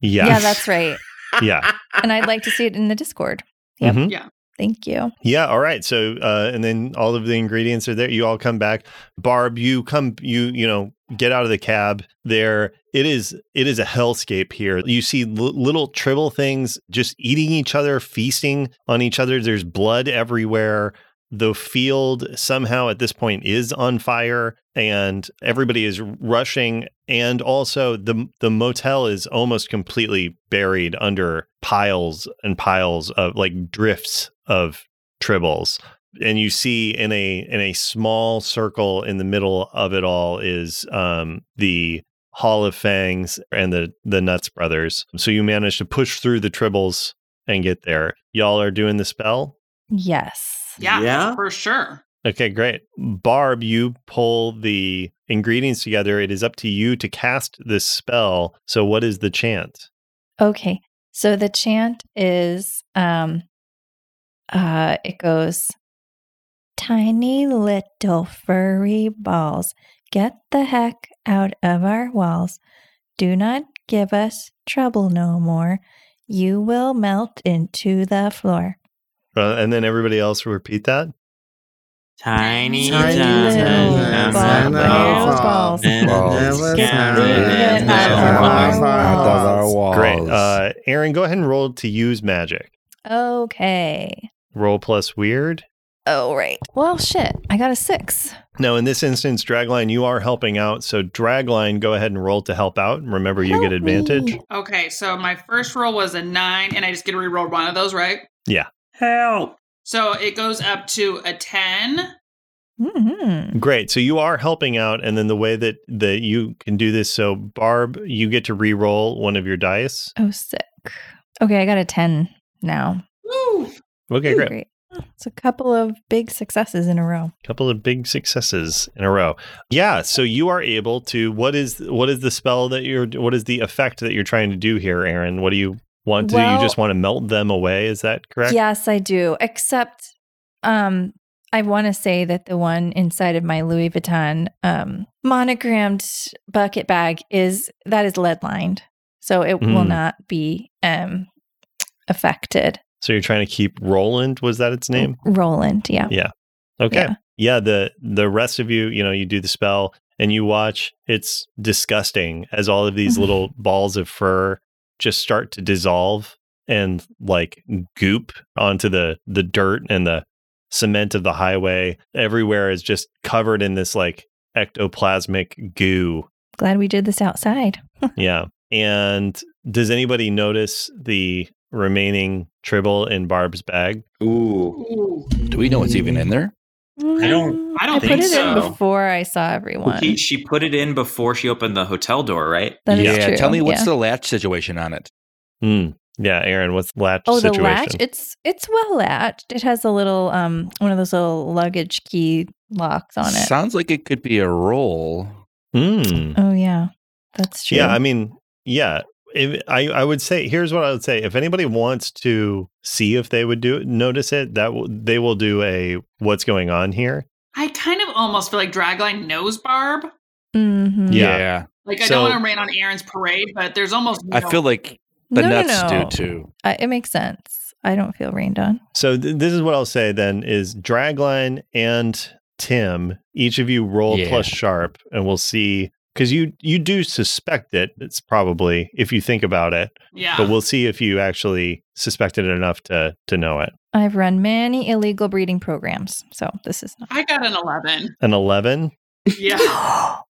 Speaker 2: Yeah.
Speaker 3: Yeah, that's right.
Speaker 2: yeah.
Speaker 3: And I'd like to see it in the Discord. Yep.
Speaker 2: Mhm.
Speaker 3: Thank you.
Speaker 2: Yeah, all right. So uh and then all of the ingredients are there. You all come back. Barb, you come you you know, get out of the cab. There it is it is a hellscape here. You see l- little tribal things just eating each other, feasting on each other. There's blood everywhere. The field somehow at this point is on fire and everybody is rushing and also the the motel is almost completely buried under piles and piles of like drifts of tribbles and you see in a in a small circle in the middle of it all is um the hall of fangs and the the nuts brothers so you manage to push through the tribbles and get there y'all are doing the spell
Speaker 3: Yes.
Speaker 8: Yeah,
Speaker 6: Yeah?
Speaker 8: for sure.
Speaker 2: okay great barb you pull the ingredients together it is up to you to cast this spell so what is the chant
Speaker 3: Okay. So the chant is um uh it goes tiny little furry balls get the heck out of our walls do not give us trouble no more you will melt into the floor
Speaker 2: uh, and then everybody else will repeat that
Speaker 6: Tiny,
Speaker 4: Tiny
Speaker 6: tiny,
Speaker 4: little
Speaker 6: tiny
Speaker 4: ball-
Speaker 6: balls.
Speaker 3: balls.
Speaker 6: Balls.
Speaker 3: Balls. Balls.
Speaker 2: great uh aaron go ahead and roll to use magic
Speaker 3: okay
Speaker 2: roll plus weird
Speaker 3: oh right well shit i got a six
Speaker 2: No, in this instance, Dragline, you are helping out. So, Dragline, go ahead and roll to help out. Remember, you
Speaker 3: Help
Speaker 2: get advantage.
Speaker 3: me.
Speaker 8: Okay, so my first roll was a nine, and I just get to reroll one of those, right?
Speaker 6: Help.
Speaker 8: So it goes up to a 10.
Speaker 3: Mhm.
Speaker 2: Great. So, you are helping out. And then the way that, that you can do this so, Barb, you get to re roll one of your dice.
Speaker 3: Oh, sick. Okay, I got a 10 now.
Speaker 8: Woo!
Speaker 2: Okay, great.
Speaker 3: It's a couple of big successes in a row.
Speaker 2: Couple of big successes in a row. Yeah. So, you are able to. What is what is the spell that you're. What is the effect that you're trying to do here, Aaron? What do you want to do?
Speaker 3: Well-
Speaker 2: You just want to melt them away. Is that correct?
Speaker 3: Yes, I do. Except um I want to say that the one inside of my Louis Vuitton um monogrammed bucket bag is that is lead lined. So it will
Speaker 2: Mm.
Speaker 3: not be um affected.
Speaker 2: So, you're trying to keep Roland. Was that its name?
Speaker 3: Roland, yeah.
Speaker 2: Okay.
Speaker 3: Yeah.
Speaker 2: Yeah. the the rest of you, you know, you do the spell and you watch it's disgusting as all of these
Speaker 3: Mhm.
Speaker 2: little balls of fur just start to dissolve and like goop onto the the dirt and the cement of the highway. Everywhere is just covered in this like ectoplasmic goo.
Speaker 3: Glad we did this outside.
Speaker 2: yeah. And does anybody notice the remaining tribble in Barb's bag?
Speaker 1: Ooh.
Speaker 8: Ooh.
Speaker 1: Do we know what's even in there?
Speaker 3: I
Speaker 6: don't-
Speaker 8: I don't
Speaker 3: put
Speaker 6: think
Speaker 3: it in
Speaker 6: so.
Speaker 3: before I saw everyone.
Speaker 6: He, she put it in before she opened the hotel door, right?
Speaker 3: That is
Speaker 1: yeah.
Speaker 3: true.
Speaker 1: Tell me what's
Speaker 3: yeah.
Speaker 1: the latch situation on it.
Speaker 2: Hmm. Yeah, Aaron, what's the latch
Speaker 3: Oh,
Speaker 2: situation?
Speaker 3: the latch. It's it's well latched. It has a little um one of those little luggage key locks on it.
Speaker 1: Sounds like it could be a roll.
Speaker 2: Hmm.
Speaker 3: oh yeah. That's true.
Speaker 2: Yeah, I mean, yeah. If, I I would say here's what I would say. If anybody wants to see if they would do it, notice it, that w- they will do a what's going on here.
Speaker 11: I kind of almost feel like Dragline knows Barb.
Speaker 3: Mm-hmm.
Speaker 2: Yeah. yeah.
Speaker 11: Like I
Speaker 2: So-
Speaker 11: don't want to rain on Aaron's parade, but there's almost
Speaker 1: I
Speaker 11: no-
Speaker 1: feel like the
Speaker 3: No, no,
Speaker 1: nuts
Speaker 3: no.
Speaker 1: do too.
Speaker 3: I, it makes sense. I don't feel rained on.
Speaker 2: So th- this is what I'll say then is Dragline and Tim, each of you roll
Speaker 1: Yeah.
Speaker 2: plus sharp and we'll see cuz you you do suspect it. It's probably if you think about it,
Speaker 11: yeah.
Speaker 2: but we'll see if you actually suspected it enough to to know it.
Speaker 3: I've run many illegal breeding programs, so this is not.
Speaker 11: I got an eleven.
Speaker 2: An 11?
Speaker 11: Yeah.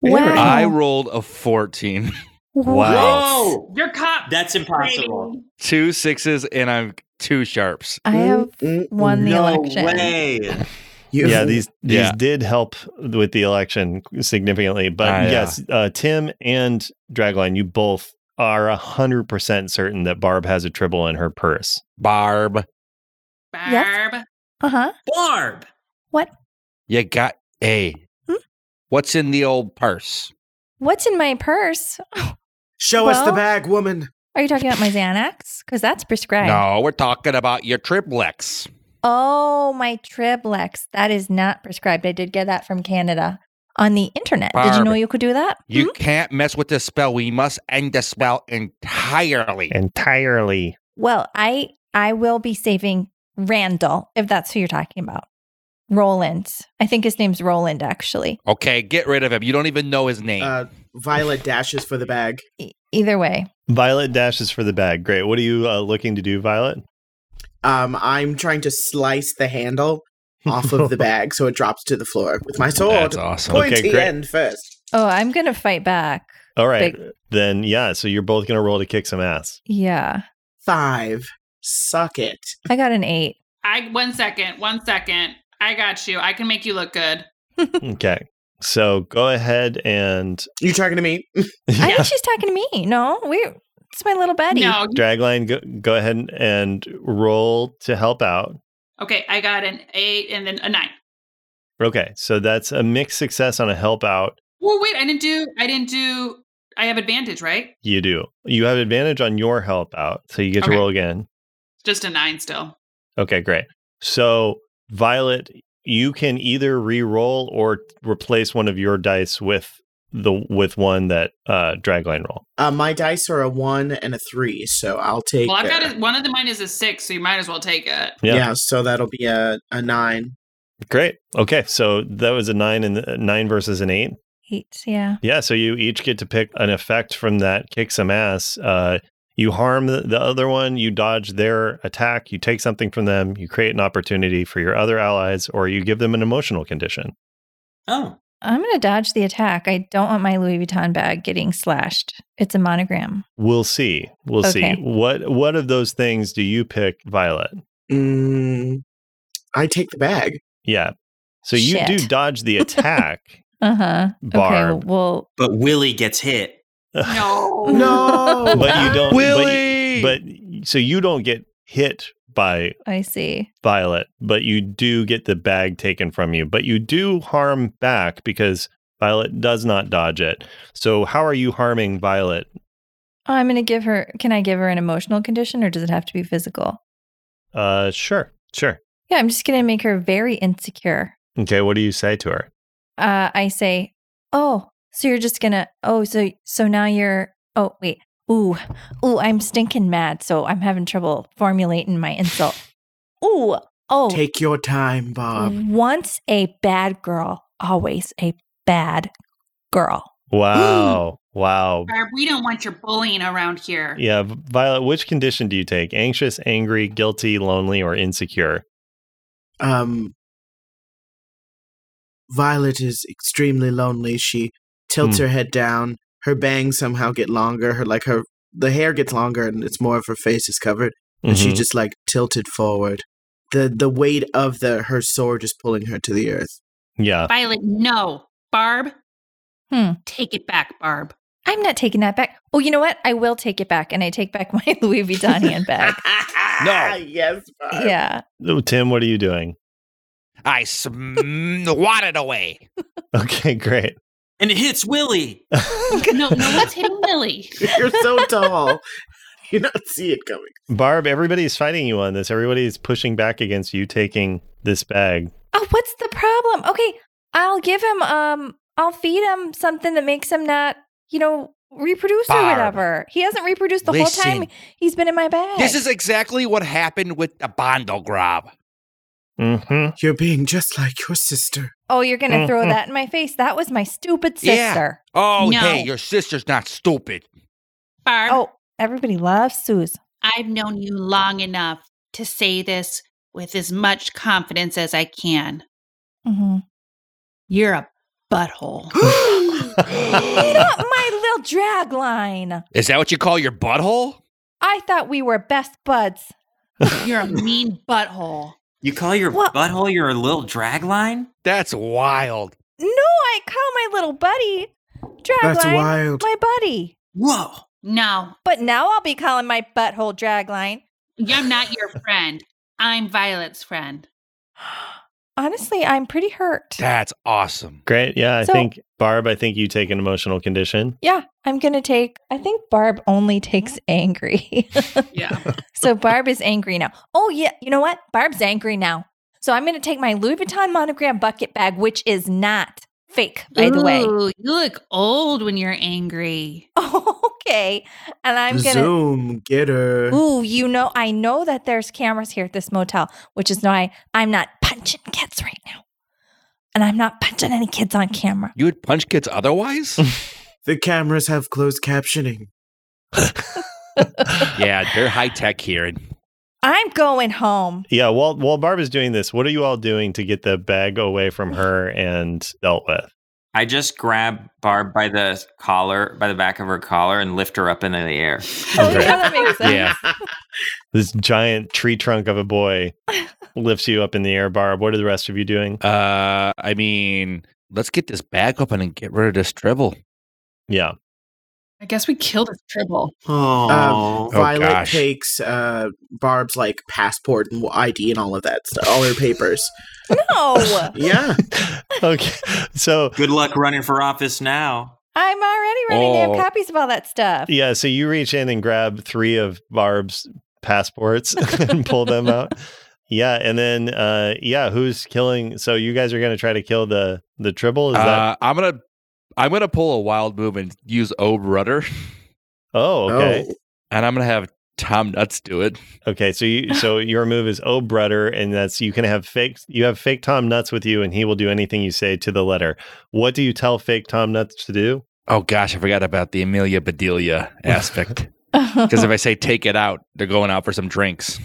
Speaker 3: Wow.
Speaker 1: I rolled a 14.
Speaker 2: Wow.
Speaker 6: Whoa!
Speaker 11: You're cop.
Speaker 6: That's impossible.
Speaker 1: two sixes and I'm two sharps.
Speaker 3: I have
Speaker 4: Mm,
Speaker 3: won the
Speaker 6: no
Speaker 3: election.
Speaker 6: way.
Speaker 4: You-
Speaker 2: Yeah, these these
Speaker 1: Yeah.
Speaker 2: did help with the election significantly, but
Speaker 1: Ah, yeah.
Speaker 2: yes, uh, Tim and Dragline, you both are 100% certain that Barb has a tribble in her purse.
Speaker 1: Barb,
Speaker 11: Barb.
Speaker 3: Yes. Uh huh.
Speaker 6: Barb.
Speaker 1: you got a.
Speaker 3: Hmm?
Speaker 1: What's in the old purse?
Speaker 3: What's in my purse?
Speaker 4: Show us the
Speaker 3: Well-
Speaker 4: bag, woman.
Speaker 3: Are you talking about my Xanax? Because that's prescribed.
Speaker 1: No, we're talking about your triplex.
Speaker 3: Oh, my Triblex. That is not prescribed. I did get that from Canada on the internet. Did you know
Speaker 1: Barb.
Speaker 3: you could do that?
Speaker 1: You
Speaker 3: Hmm?
Speaker 1: can't mess with the spell. We must end the spell entirely.
Speaker 9: Entirely.
Speaker 3: Well, I I will be saving Randall if that's who you're talking about. Roland. I think his name's Roland actually.
Speaker 1: Okay, get rid of him. You don't even know his name.
Speaker 4: Uh, Violet dashes for the bag.
Speaker 3: E- either way,
Speaker 2: Violet dashes for the bag. Great. What are you uh, looking to do, Violet?
Speaker 4: Um, I'm trying to slice the handle off of the bag so it drops to the floor with my sword.
Speaker 1: That's awesome.
Speaker 2: Okay,
Speaker 4: Pointy
Speaker 2: great.
Speaker 4: end first.
Speaker 3: Oh, I'm gonna fight back.
Speaker 2: All right.
Speaker 3: Big-
Speaker 2: Then yeah, so you're both gonna roll to kick some ass.
Speaker 3: Yeah.
Speaker 4: Five. Suck it.
Speaker 3: I got an eight.
Speaker 11: I one second. One second. I got you. I can make you look good.
Speaker 2: okay. So go ahead and
Speaker 4: You talking to me?
Speaker 3: I think she's talking to me. No, we it's my little buddy.
Speaker 11: No.
Speaker 2: dragline. Go, go ahead and, and roll to help out.
Speaker 11: Okay. I got an eight and then a nine.
Speaker 2: Okay. So that's a mixed success on a help out.
Speaker 11: Well, wait. I didn't do. I didn't do. I have advantage, right?
Speaker 2: You do. You have advantage on your help out, so you get
Speaker 11: Okay.
Speaker 2: to roll again.
Speaker 11: Just a nine still.
Speaker 2: Okay, great. So, Violet, you can either re-roll or replace one of your dice with the with one that uh dragline roll.
Speaker 4: Uh, my dice are a one and a three, so I'll take.
Speaker 11: Well, I've got
Speaker 4: uh,
Speaker 11: a, one of the mine is a six, so you might as well take it.
Speaker 2: Yeah.
Speaker 4: yeah. so that'll be a, a nine.
Speaker 2: Great. Okay, so that was a 9 and uh, 9 versus an 8.
Speaker 3: Eight, yeah.
Speaker 2: Yeah, so you each get to pick an effect from that kick some ass. Uh you harm the, the other one, you dodge their attack, you take something from them, you create an opportunity for your other allies or you give them an emotional condition.
Speaker 6: Oh,
Speaker 3: I'm gonna dodge the attack. I don't want my Louis Vuitton bag getting slashed. It's a monogram.
Speaker 2: We'll see. We'll
Speaker 3: Okay.
Speaker 2: see. What what of those things do you pick, Violet?
Speaker 4: Mm, I take the bag.
Speaker 2: Yeah. So you do
Speaker 3: Shit.
Speaker 2: dodge the attack,
Speaker 3: Uh huh. Okay.
Speaker 2: Barb,
Speaker 3: Well,
Speaker 6: but Willie gets hit.
Speaker 11: No.
Speaker 4: Oh. No,
Speaker 2: but you don't.
Speaker 1: Willie!
Speaker 2: But, but so you don't get hit by
Speaker 3: I see.
Speaker 2: Violet, but you do get the bag taken from you. But you do harm back because Violet does not dodge it. So how are you harming Violet?
Speaker 3: Oh, I'm gonna give her. Can I give her an emotional condition, or does it have to be physical?
Speaker 2: Uh, sure, sure.
Speaker 3: Yeah, I'm just gonna make her very insecure.
Speaker 2: Okay, what do you say to her?
Speaker 3: Uh, I say, oh, so you're just gonna. Oh, so so now you're. Oh wait. Ooh, ooh, I'm stinking mad, so I'm having trouble formulating my insult. Ooh, oh, Mm-hmm.
Speaker 4: take your time, Bob.
Speaker 3: once a bad girl, always a bad girl.
Speaker 2: Wow, wow.
Speaker 11: Barb, we don't want your bullying around here.
Speaker 2: Yeah, V- Violet, which condition do you take? Anxious, angry, guilty, lonely, or insecure?
Speaker 4: Um, Violet is extremely lonely. She tilts
Speaker 2: Hmm.
Speaker 4: her head down. Her bangs somehow get longer. Her like her the hair gets longer, and it's more of her face is covered. And she
Speaker 2: Mhm.
Speaker 4: just like tilted forward. The the weight of the her sword is pulling her to the earth.
Speaker 2: yeah.
Speaker 8: Violet, no. Barb,
Speaker 3: Hmm.
Speaker 8: take it back, Barb.
Speaker 3: I'm not taking that back. Oh, you know what? I will take it back, and I take back my Louis Vuitton handbag.
Speaker 1: No.
Speaker 4: Ah, yes, Bob.
Speaker 3: yeah.
Speaker 2: Oh, Tim, what are you doing?
Speaker 1: I sm- swatted away.
Speaker 2: Okay, great.
Speaker 6: and it hits Willie.
Speaker 11: no, no one's hitting Willie.
Speaker 4: You're so tall. You don't see it coming.
Speaker 2: Barb, everybody's fighting you on this. Everybody's pushing back against you taking this bag.
Speaker 3: Oh, what's the problem? Okay, I'll give him um I'll feed him something that makes him not, you know, reproduce Barb. or whatever. He hasn't reproduced the Listen, whole time he's been in my bag.
Speaker 1: This is exactly what happened with the Bondo Grob.
Speaker 2: Mm-hmm.
Speaker 4: You're being just like your sister.
Speaker 3: Oh, you're going to mm-hmm. throw that in my face? That was my stupid sister. Yeah.
Speaker 1: Oh, no. hey, your sister's not stupid.
Speaker 8: Barb.
Speaker 3: Oh, everybody loves Suze.
Speaker 8: I've known you long enough to say this with as much confidence as I can.
Speaker 3: Mm-hmm.
Speaker 8: You're a butthole.
Speaker 3: Not my little drag line.
Speaker 1: Is that what you call your butthole?
Speaker 3: I thought we were best buds.
Speaker 8: You're a mean butthole.
Speaker 6: You call your well, butthole your little drag line?
Speaker 1: That's wild.
Speaker 3: No, I call my little buddy drag
Speaker 4: That's
Speaker 3: line,
Speaker 4: wild.
Speaker 3: My buddy.
Speaker 6: Whoa.
Speaker 8: No.
Speaker 3: But now I'll be calling my butthole drag line.
Speaker 8: I'm not your friend. I'm Violet's friend.
Speaker 3: honestly, I'm pretty hurt.
Speaker 1: That's awesome.
Speaker 2: Great. Yeah. I so, think, Barb, I think you take an emotional condition.
Speaker 3: Yeah. I'm going to take, I think Barb only takes angry.
Speaker 11: yeah.
Speaker 3: So Barb is angry now. Oh, yeah. You know what? Barb's angry now. So I'm going to take my Louis Vuitton monogram bucket bag, which is not fake, by Ooh, the way.
Speaker 8: You look old when you're angry.
Speaker 3: Oh, okay. And I'm gonna
Speaker 4: Zoom get her.
Speaker 3: Ooh, you know, I know that there's cameras here at this motel, which is why I'm not punching kids right now. And I'm not punching any kids on camera.
Speaker 1: You would punch kids otherwise?
Speaker 4: the cameras have closed captioning.
Speaker 1: yeah, they're high tech here.
Speaker 3: I'm going home.
Speaker 2: Yeah, while while Barb is doing this, what are you all doing to get the bag away from her and dealt with?
Speaker 6: I just grab Barb by the collar, by the back of her collar, and lift her up into the air.
Speaker 3: oh, yeah, that makes sense.
Speaker 2: Yeah. this giant tree trunk of a boy lifts you up in the air, Barb. What are the rest of you doing?
Speaker 1: Uh, I mean, let's get this bag open and get rid of this dribble.
Speaker 2: Yeah.
Speaker 11: I guess we killed a Tribble.
Speaker 6: Oh, um,
Speaker 4: Violet
Speaker 1: oh,
Speaker 4: takes uh, Barb's like passport and ID and all of that stuff, all her papers.
Speaker 3: no.
Speaker 4: yeah.
Speaker 2: okay. So
Speaker 6: good luck running for office now.
Speaker 3: I'm already running oh. to have copies of all that stuff.
Speaker 2: Yeah. So you reach in and grab three of Barb's passports and pull them out. Yeah, and then uh, yeah, who's killing? So you guys are gonna try to kill the the Tribble? Is
Speaker 1: uh,
Speaker 2: that
Speaker 1: I'm gonna I'm gonna pull a wild move and use O rudder.
Speaker 2: Oh, okay. Oh.
Speaker 1: And I'm gonna have Tom Nuts do it.
Speaker 2: Okay, so you so your move is O rudder, and that's you can have fake you have fake Tom Nuts with you, and he will do anything you say to the letter. What do you tell fake Tom Nuts to do?
Speaker 1: Oh gosh, I forgot about the Amelia Bedelia aspect. Because if I say take it out, they're going out for some drinks.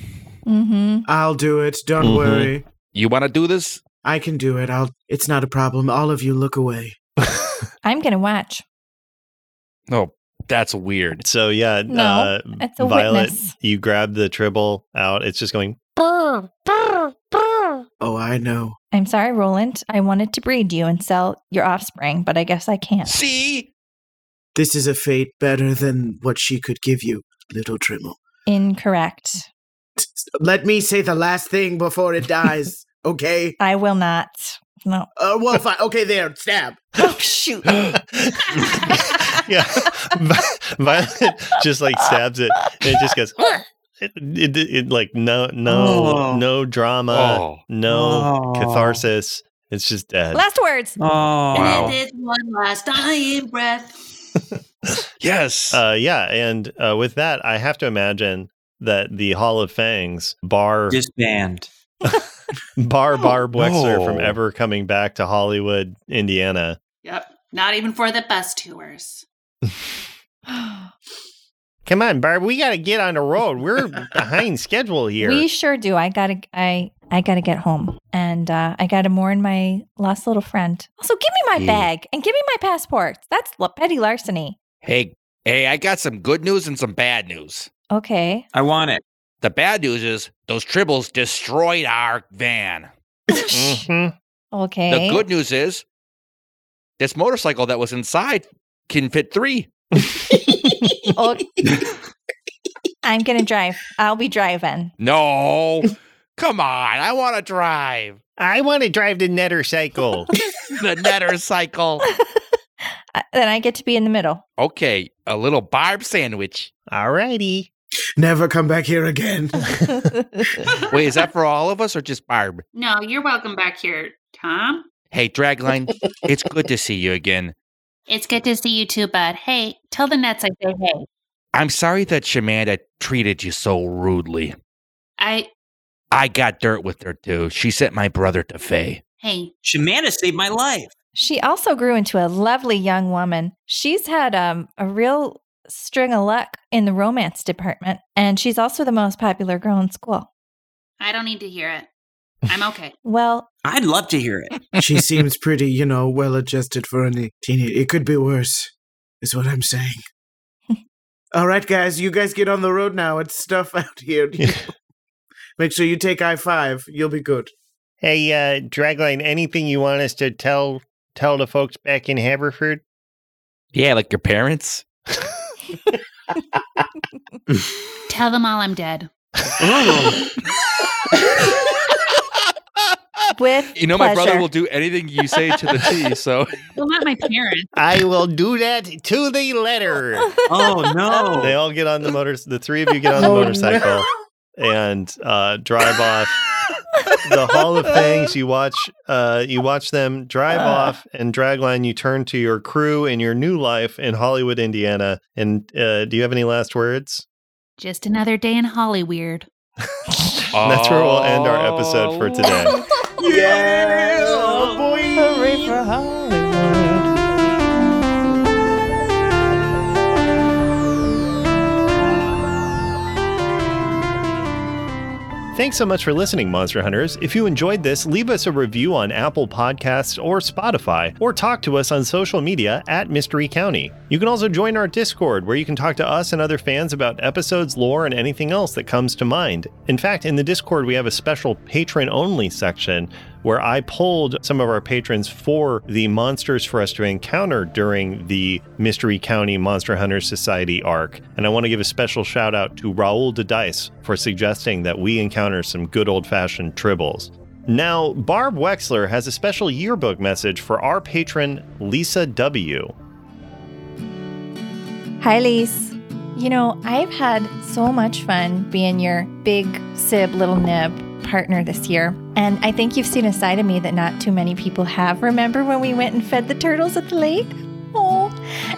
Speaker 3: Mm-hmm.
Speaker 4: I'll do it. Don't mm-hmm. worry.
Speaker 1: You want to do this?
Speaker 4: I can do it. I'll. It's not a problem. All of you look away.
Speaker 3: I'm gonna watch.
Speaker 1: Oh, that's weird.
Speaker 2: So yeah,
Speaker 3: no, uh, it's a
Speaker 2: Violet,
Speaker 3: witness.
Speaker 2: you grab the tribble out. It's just going.
Speaker 10: Burr, burr, burr.
Speaker 4: Oh, I know.
Speaker 3: I'm sorry, Roland. I wanted to breed you and sell your offspring, but I guess I can't.
Speaker 1: See,
Speaker 4: this is a fate better than what she could give you, little Trimble.
Speaker 3: Incorrect.
Speaker 4: Let me say the last thing before it dies, okay?
Speaker 3: I will not. No.
Speaker 4: Uh, well, fine. Okay, there. Stab.
Speaker 3: Oh, shoot.
Speaker 2: yeah. Violet just like stabs it and it just goes. It, it, it like no no oh. no drama oh. no oh. catharsis it's just dead
Speaker 3: last words
Speaker 6: oh wow.
Speaker 8: and one last dying breath
Speaker 1: yes
Speaker 2: uh, yeah and uh, with that I have to imagine that the Hall of Fangs bar
Speaker 6: disband
Speaker 2: bar Barb
Speaker 1: Oh.
Speaker 2: Wexler no. from ever coming back to Hollywood, Indiana.
Speaker 8: Yep. Not even for the bus tours.
Speaker 9: Come on, Barb, we gotta get on the road. We're behind schedule here.
Speaker 3: We sure do. I gotta I I gotta get home. And uh, I gotta mourn my lost little friend. Also give me my hey. bag and give me my passport. That's petty larceny.
Speaker 1: Hey, hey, I got some good news and some bad news.
Speaker 3: Okay.
Speaker 6: I want it.
Speaker 1: The bad news is those tribbles destroyed our van.
Speaker 3: mm-hmm. Okay.
Speaker 1: The good news is this motorcycle that was inside can fit three.
Speaker 3: okay. I'm going to drive. I'll be driving.
Speaker 1: No. Come on. I want to drive.
Speaker 9: I want to drive the netter cycle.
Speaker 1: the netter cycle.
Speaker 3: Then I get to be in the middle.
Speaker 1: Okay, a little barb sandwich.
Speaker 9: Alrighty.
Speaker 4: Never come back here again.
Speaker 1: Wait, is that for all of us or just barb?
Speaker 8: No, you're welcome back here, Tom.
Speaker 1: Hey, Dragline, it's good to see you again.
Speaker 8: It's good to see you too, bud. Hey, tell the nuts I say hey.
Speaker 1: I'm sorry that Shamanda treated you so rudely.
Speaker 8: I
Speaker 1: I got dirt with her too. She sent my brother to Faye.
Speaker 8: hey,
Speaker 6: Shamana saved my life.
Speaker 3: She also grew into a lovely young woman. She's had um, a real string of luck in the romance department, and she's also the most popular girl in school.
Speaker 8: I don't need to hear it. I'm okay.
Speaker 3: Well,
Speaker 6: I'd love to hear it.
Speaker 4: she seems pretty, you know, well adjusted for an teenager. It could be worse, is what I'm saying. All right, guys, you guys get on the road now. It's stuff out here. Make sure you take I five. You'll be good.
Speaker 9: Hey, uh, Dragline, anything you want us to tell tell the folks back in Haverford?
Speaker 1: Yeah, like your parents.
Speaker 8: tell them all I'm dead.
Speaker 3: With
Speaker 1: You know, my brother will do anything you say to the T. So
Speaker 8: Well, not my parents.
Speaker 9: I will do that to the letter.
Speaker 6: Oh no.
Speaker 2: They all get on the motor. The three of you get on the
Speaker 4: Oh,
Speaker 2: motorcycle and uh, drive off. the Hall of Fangs. You watch. Uh, you watch them drive
Speaker 6: Ah.
Speaker 2: off, and Dragline. You turn to your crew and your new life in Hollywood, Indiana. And uh, do you have any last words?
Speaker 8: Just another day in Hollyweird.
Speaker 2: That's where we'll end our episode
Speaker 6: Oh.
Speaker 2: for today.
Speaker 4: Yeah, oh boy.
Speaker 9: Hooray for Hollywood.
Speaker 2: Thanks so much for listening, Monster Hunters. If you enjoyed this, leave us a review on Apple Podcasts or Spotify, or talk to us on social media at Mystery County. You can also join our Discord, where you can talk to us and other fans about episodes, lore, and anything else that comes to mind. In fact, in the Discord, we have a special patron only section where I polled some of our patrons for the monsters for us to encounter during the Mystery County Monster Hunter Society arc. And I want to give a special shout out to Raul de Dice for suggesting that we encounter some good old fashioned tribbles. Now, Barb Wexler has a special yearbook message for our patron, Lisa W.
Speaker 3: Hi, Lise. You know, I've had so much fun being your big sib, little nib partner this year. And I think you've seen a side of me that not too many people have. Remember when we went and fed the turtles at the lake? Oh,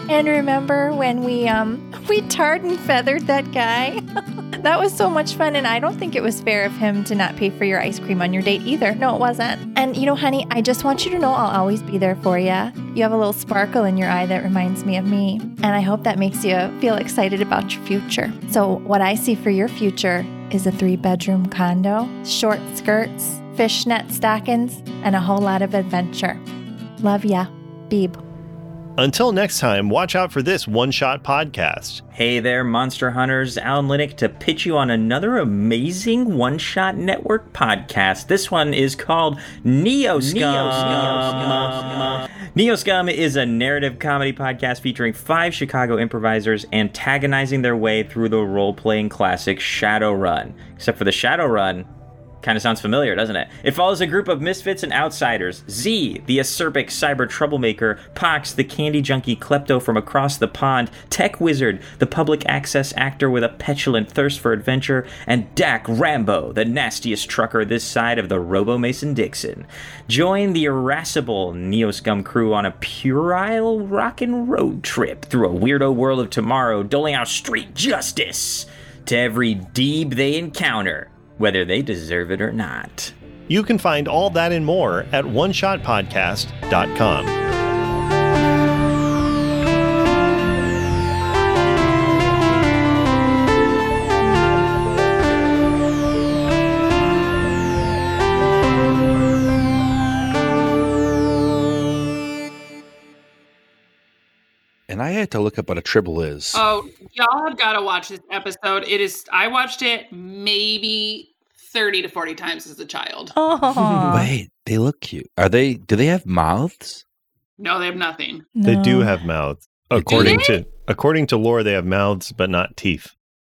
Speaker 3: and remember when we um we tarred and feathered that guy? that was so much fun and I don't think it was fair of him to not pay for your ice cream on your date either. No, it wasn't. And you know, honey, I just want you to know I'll always be there for you. You have a little sparkle in your eye that reminds me of me, and I hope that makes you feel excited about your future. So, what I see for your future is a three-bedroom condo, short skirts, fishnet stockings, and a whole lot of adventure. Love ya, Beeb.
Speaker 2: Until next time, watch out for this one shot podcast.
Speaker 6: Hey there, Monster Hunters. Alan Linick to pitch you on another amazing one shot network podcast. This one is called Neo Scum. Neo Scum is a narrative comedy podcast featuring five Chicago improvisers antagonizing their way through the role playing classic Shadowrun. Except for the Shadowrun, Kind of sounds familiar, doesn't it? It follows a group of misfits and outsiders Z, the acerbic cyber troublemaker, Pox, the candy junkie klepto from across the pond, Tech Wizard, the public access actor with a petulant thirst for adventure, and Dak Rambo, the nastiest trucker this side of the Robo Mason Dixon. Join the irascible Neo Scum crew on a puerile rockin' road trip through a weirdo world of tomorrow, doling out street justice to every deeb they encounter whether they deserve it or not.
Speaker 2: You can find all that and more at oneshotpodcast.com.
Speaker 1: And I had to look up what a tribble is.
Speaker 11: Oh, y'all have got to watch this episode. It is. I watched it maybe thirty to forty times as a child.
Speaker 3: Oh,
Speaker 1: Wait, they look cute. Are they? Do they have mouths?
Speaker 11: No, they have nothing.
Speaker 2: They do have mouths.
Speaker 1: They Oh, do?
Speaker 2: According to according to lore, they have mouths but not teeth.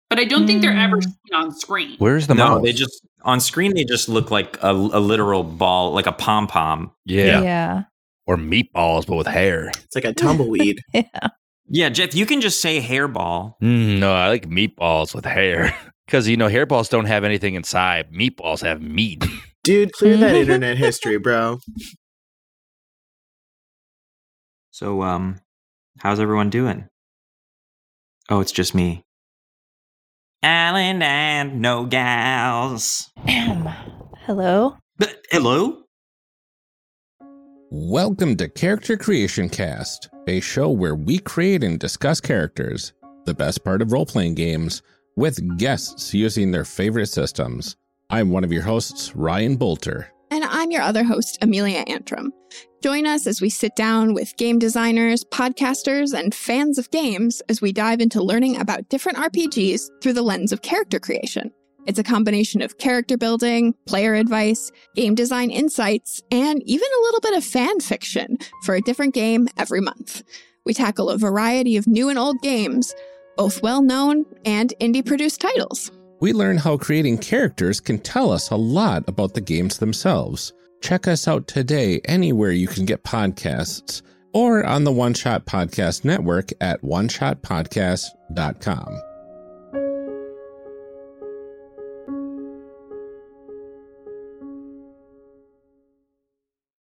Speaker 11: But I don't think they're ever
Speaker 3: Mm.
Speaker 11: seen on screen.
Speaker 1: Where's the
Speaker 6: no,
Speaker 1: mouth?
Speaker 6: they just on screen they just look like a, a literal ball, like a pom pom.
Speaker 1: yeah.
Speaker 3: yeah.
Speaker 1: or meatballs, but with hair.
Speaker 4: It's like a tumbleweed.
Speaker 3: yeah.
Speaker 6: Yeah, Jeff, you can just say hairball.
Speaker 1: Mm, no, I like meatballs with hair because you know hairballs don't have anything inside. Meatballs have meat.
Speaker 4: Dude, clear that internet history, bro.
Speaker 6: So, um, how's everyone doing? Oh, it's just me. Alan and no gals.
Speaker 3: Hello.
Speaker 6: B- hello.
Speaker 12: Welcome to Character Creation Cast, a show where we create and discuss characters, the best part of role playing games, with guests using their favorite systems. I'm one of your hosts, Ryan Bolter.
Speaker 13: And I'm your other host, Amelia Antrim. Join us as we sit down with game designers, podcasters, and fans of games as we dive into learning about different RPGs through the lens of character creation. It's a combination of character building, player advice, game design insights, and even a little bit of fan fiction for a different game every month. We tackle a variety of new and old games, both well known and indie produced titles.
Speaker 12: We learn how creating characters can tell us a lot about the games themselves. Check us out today anywhere you can get podcasts or on the One Shot Podcast Network at oneshotpodcast.com.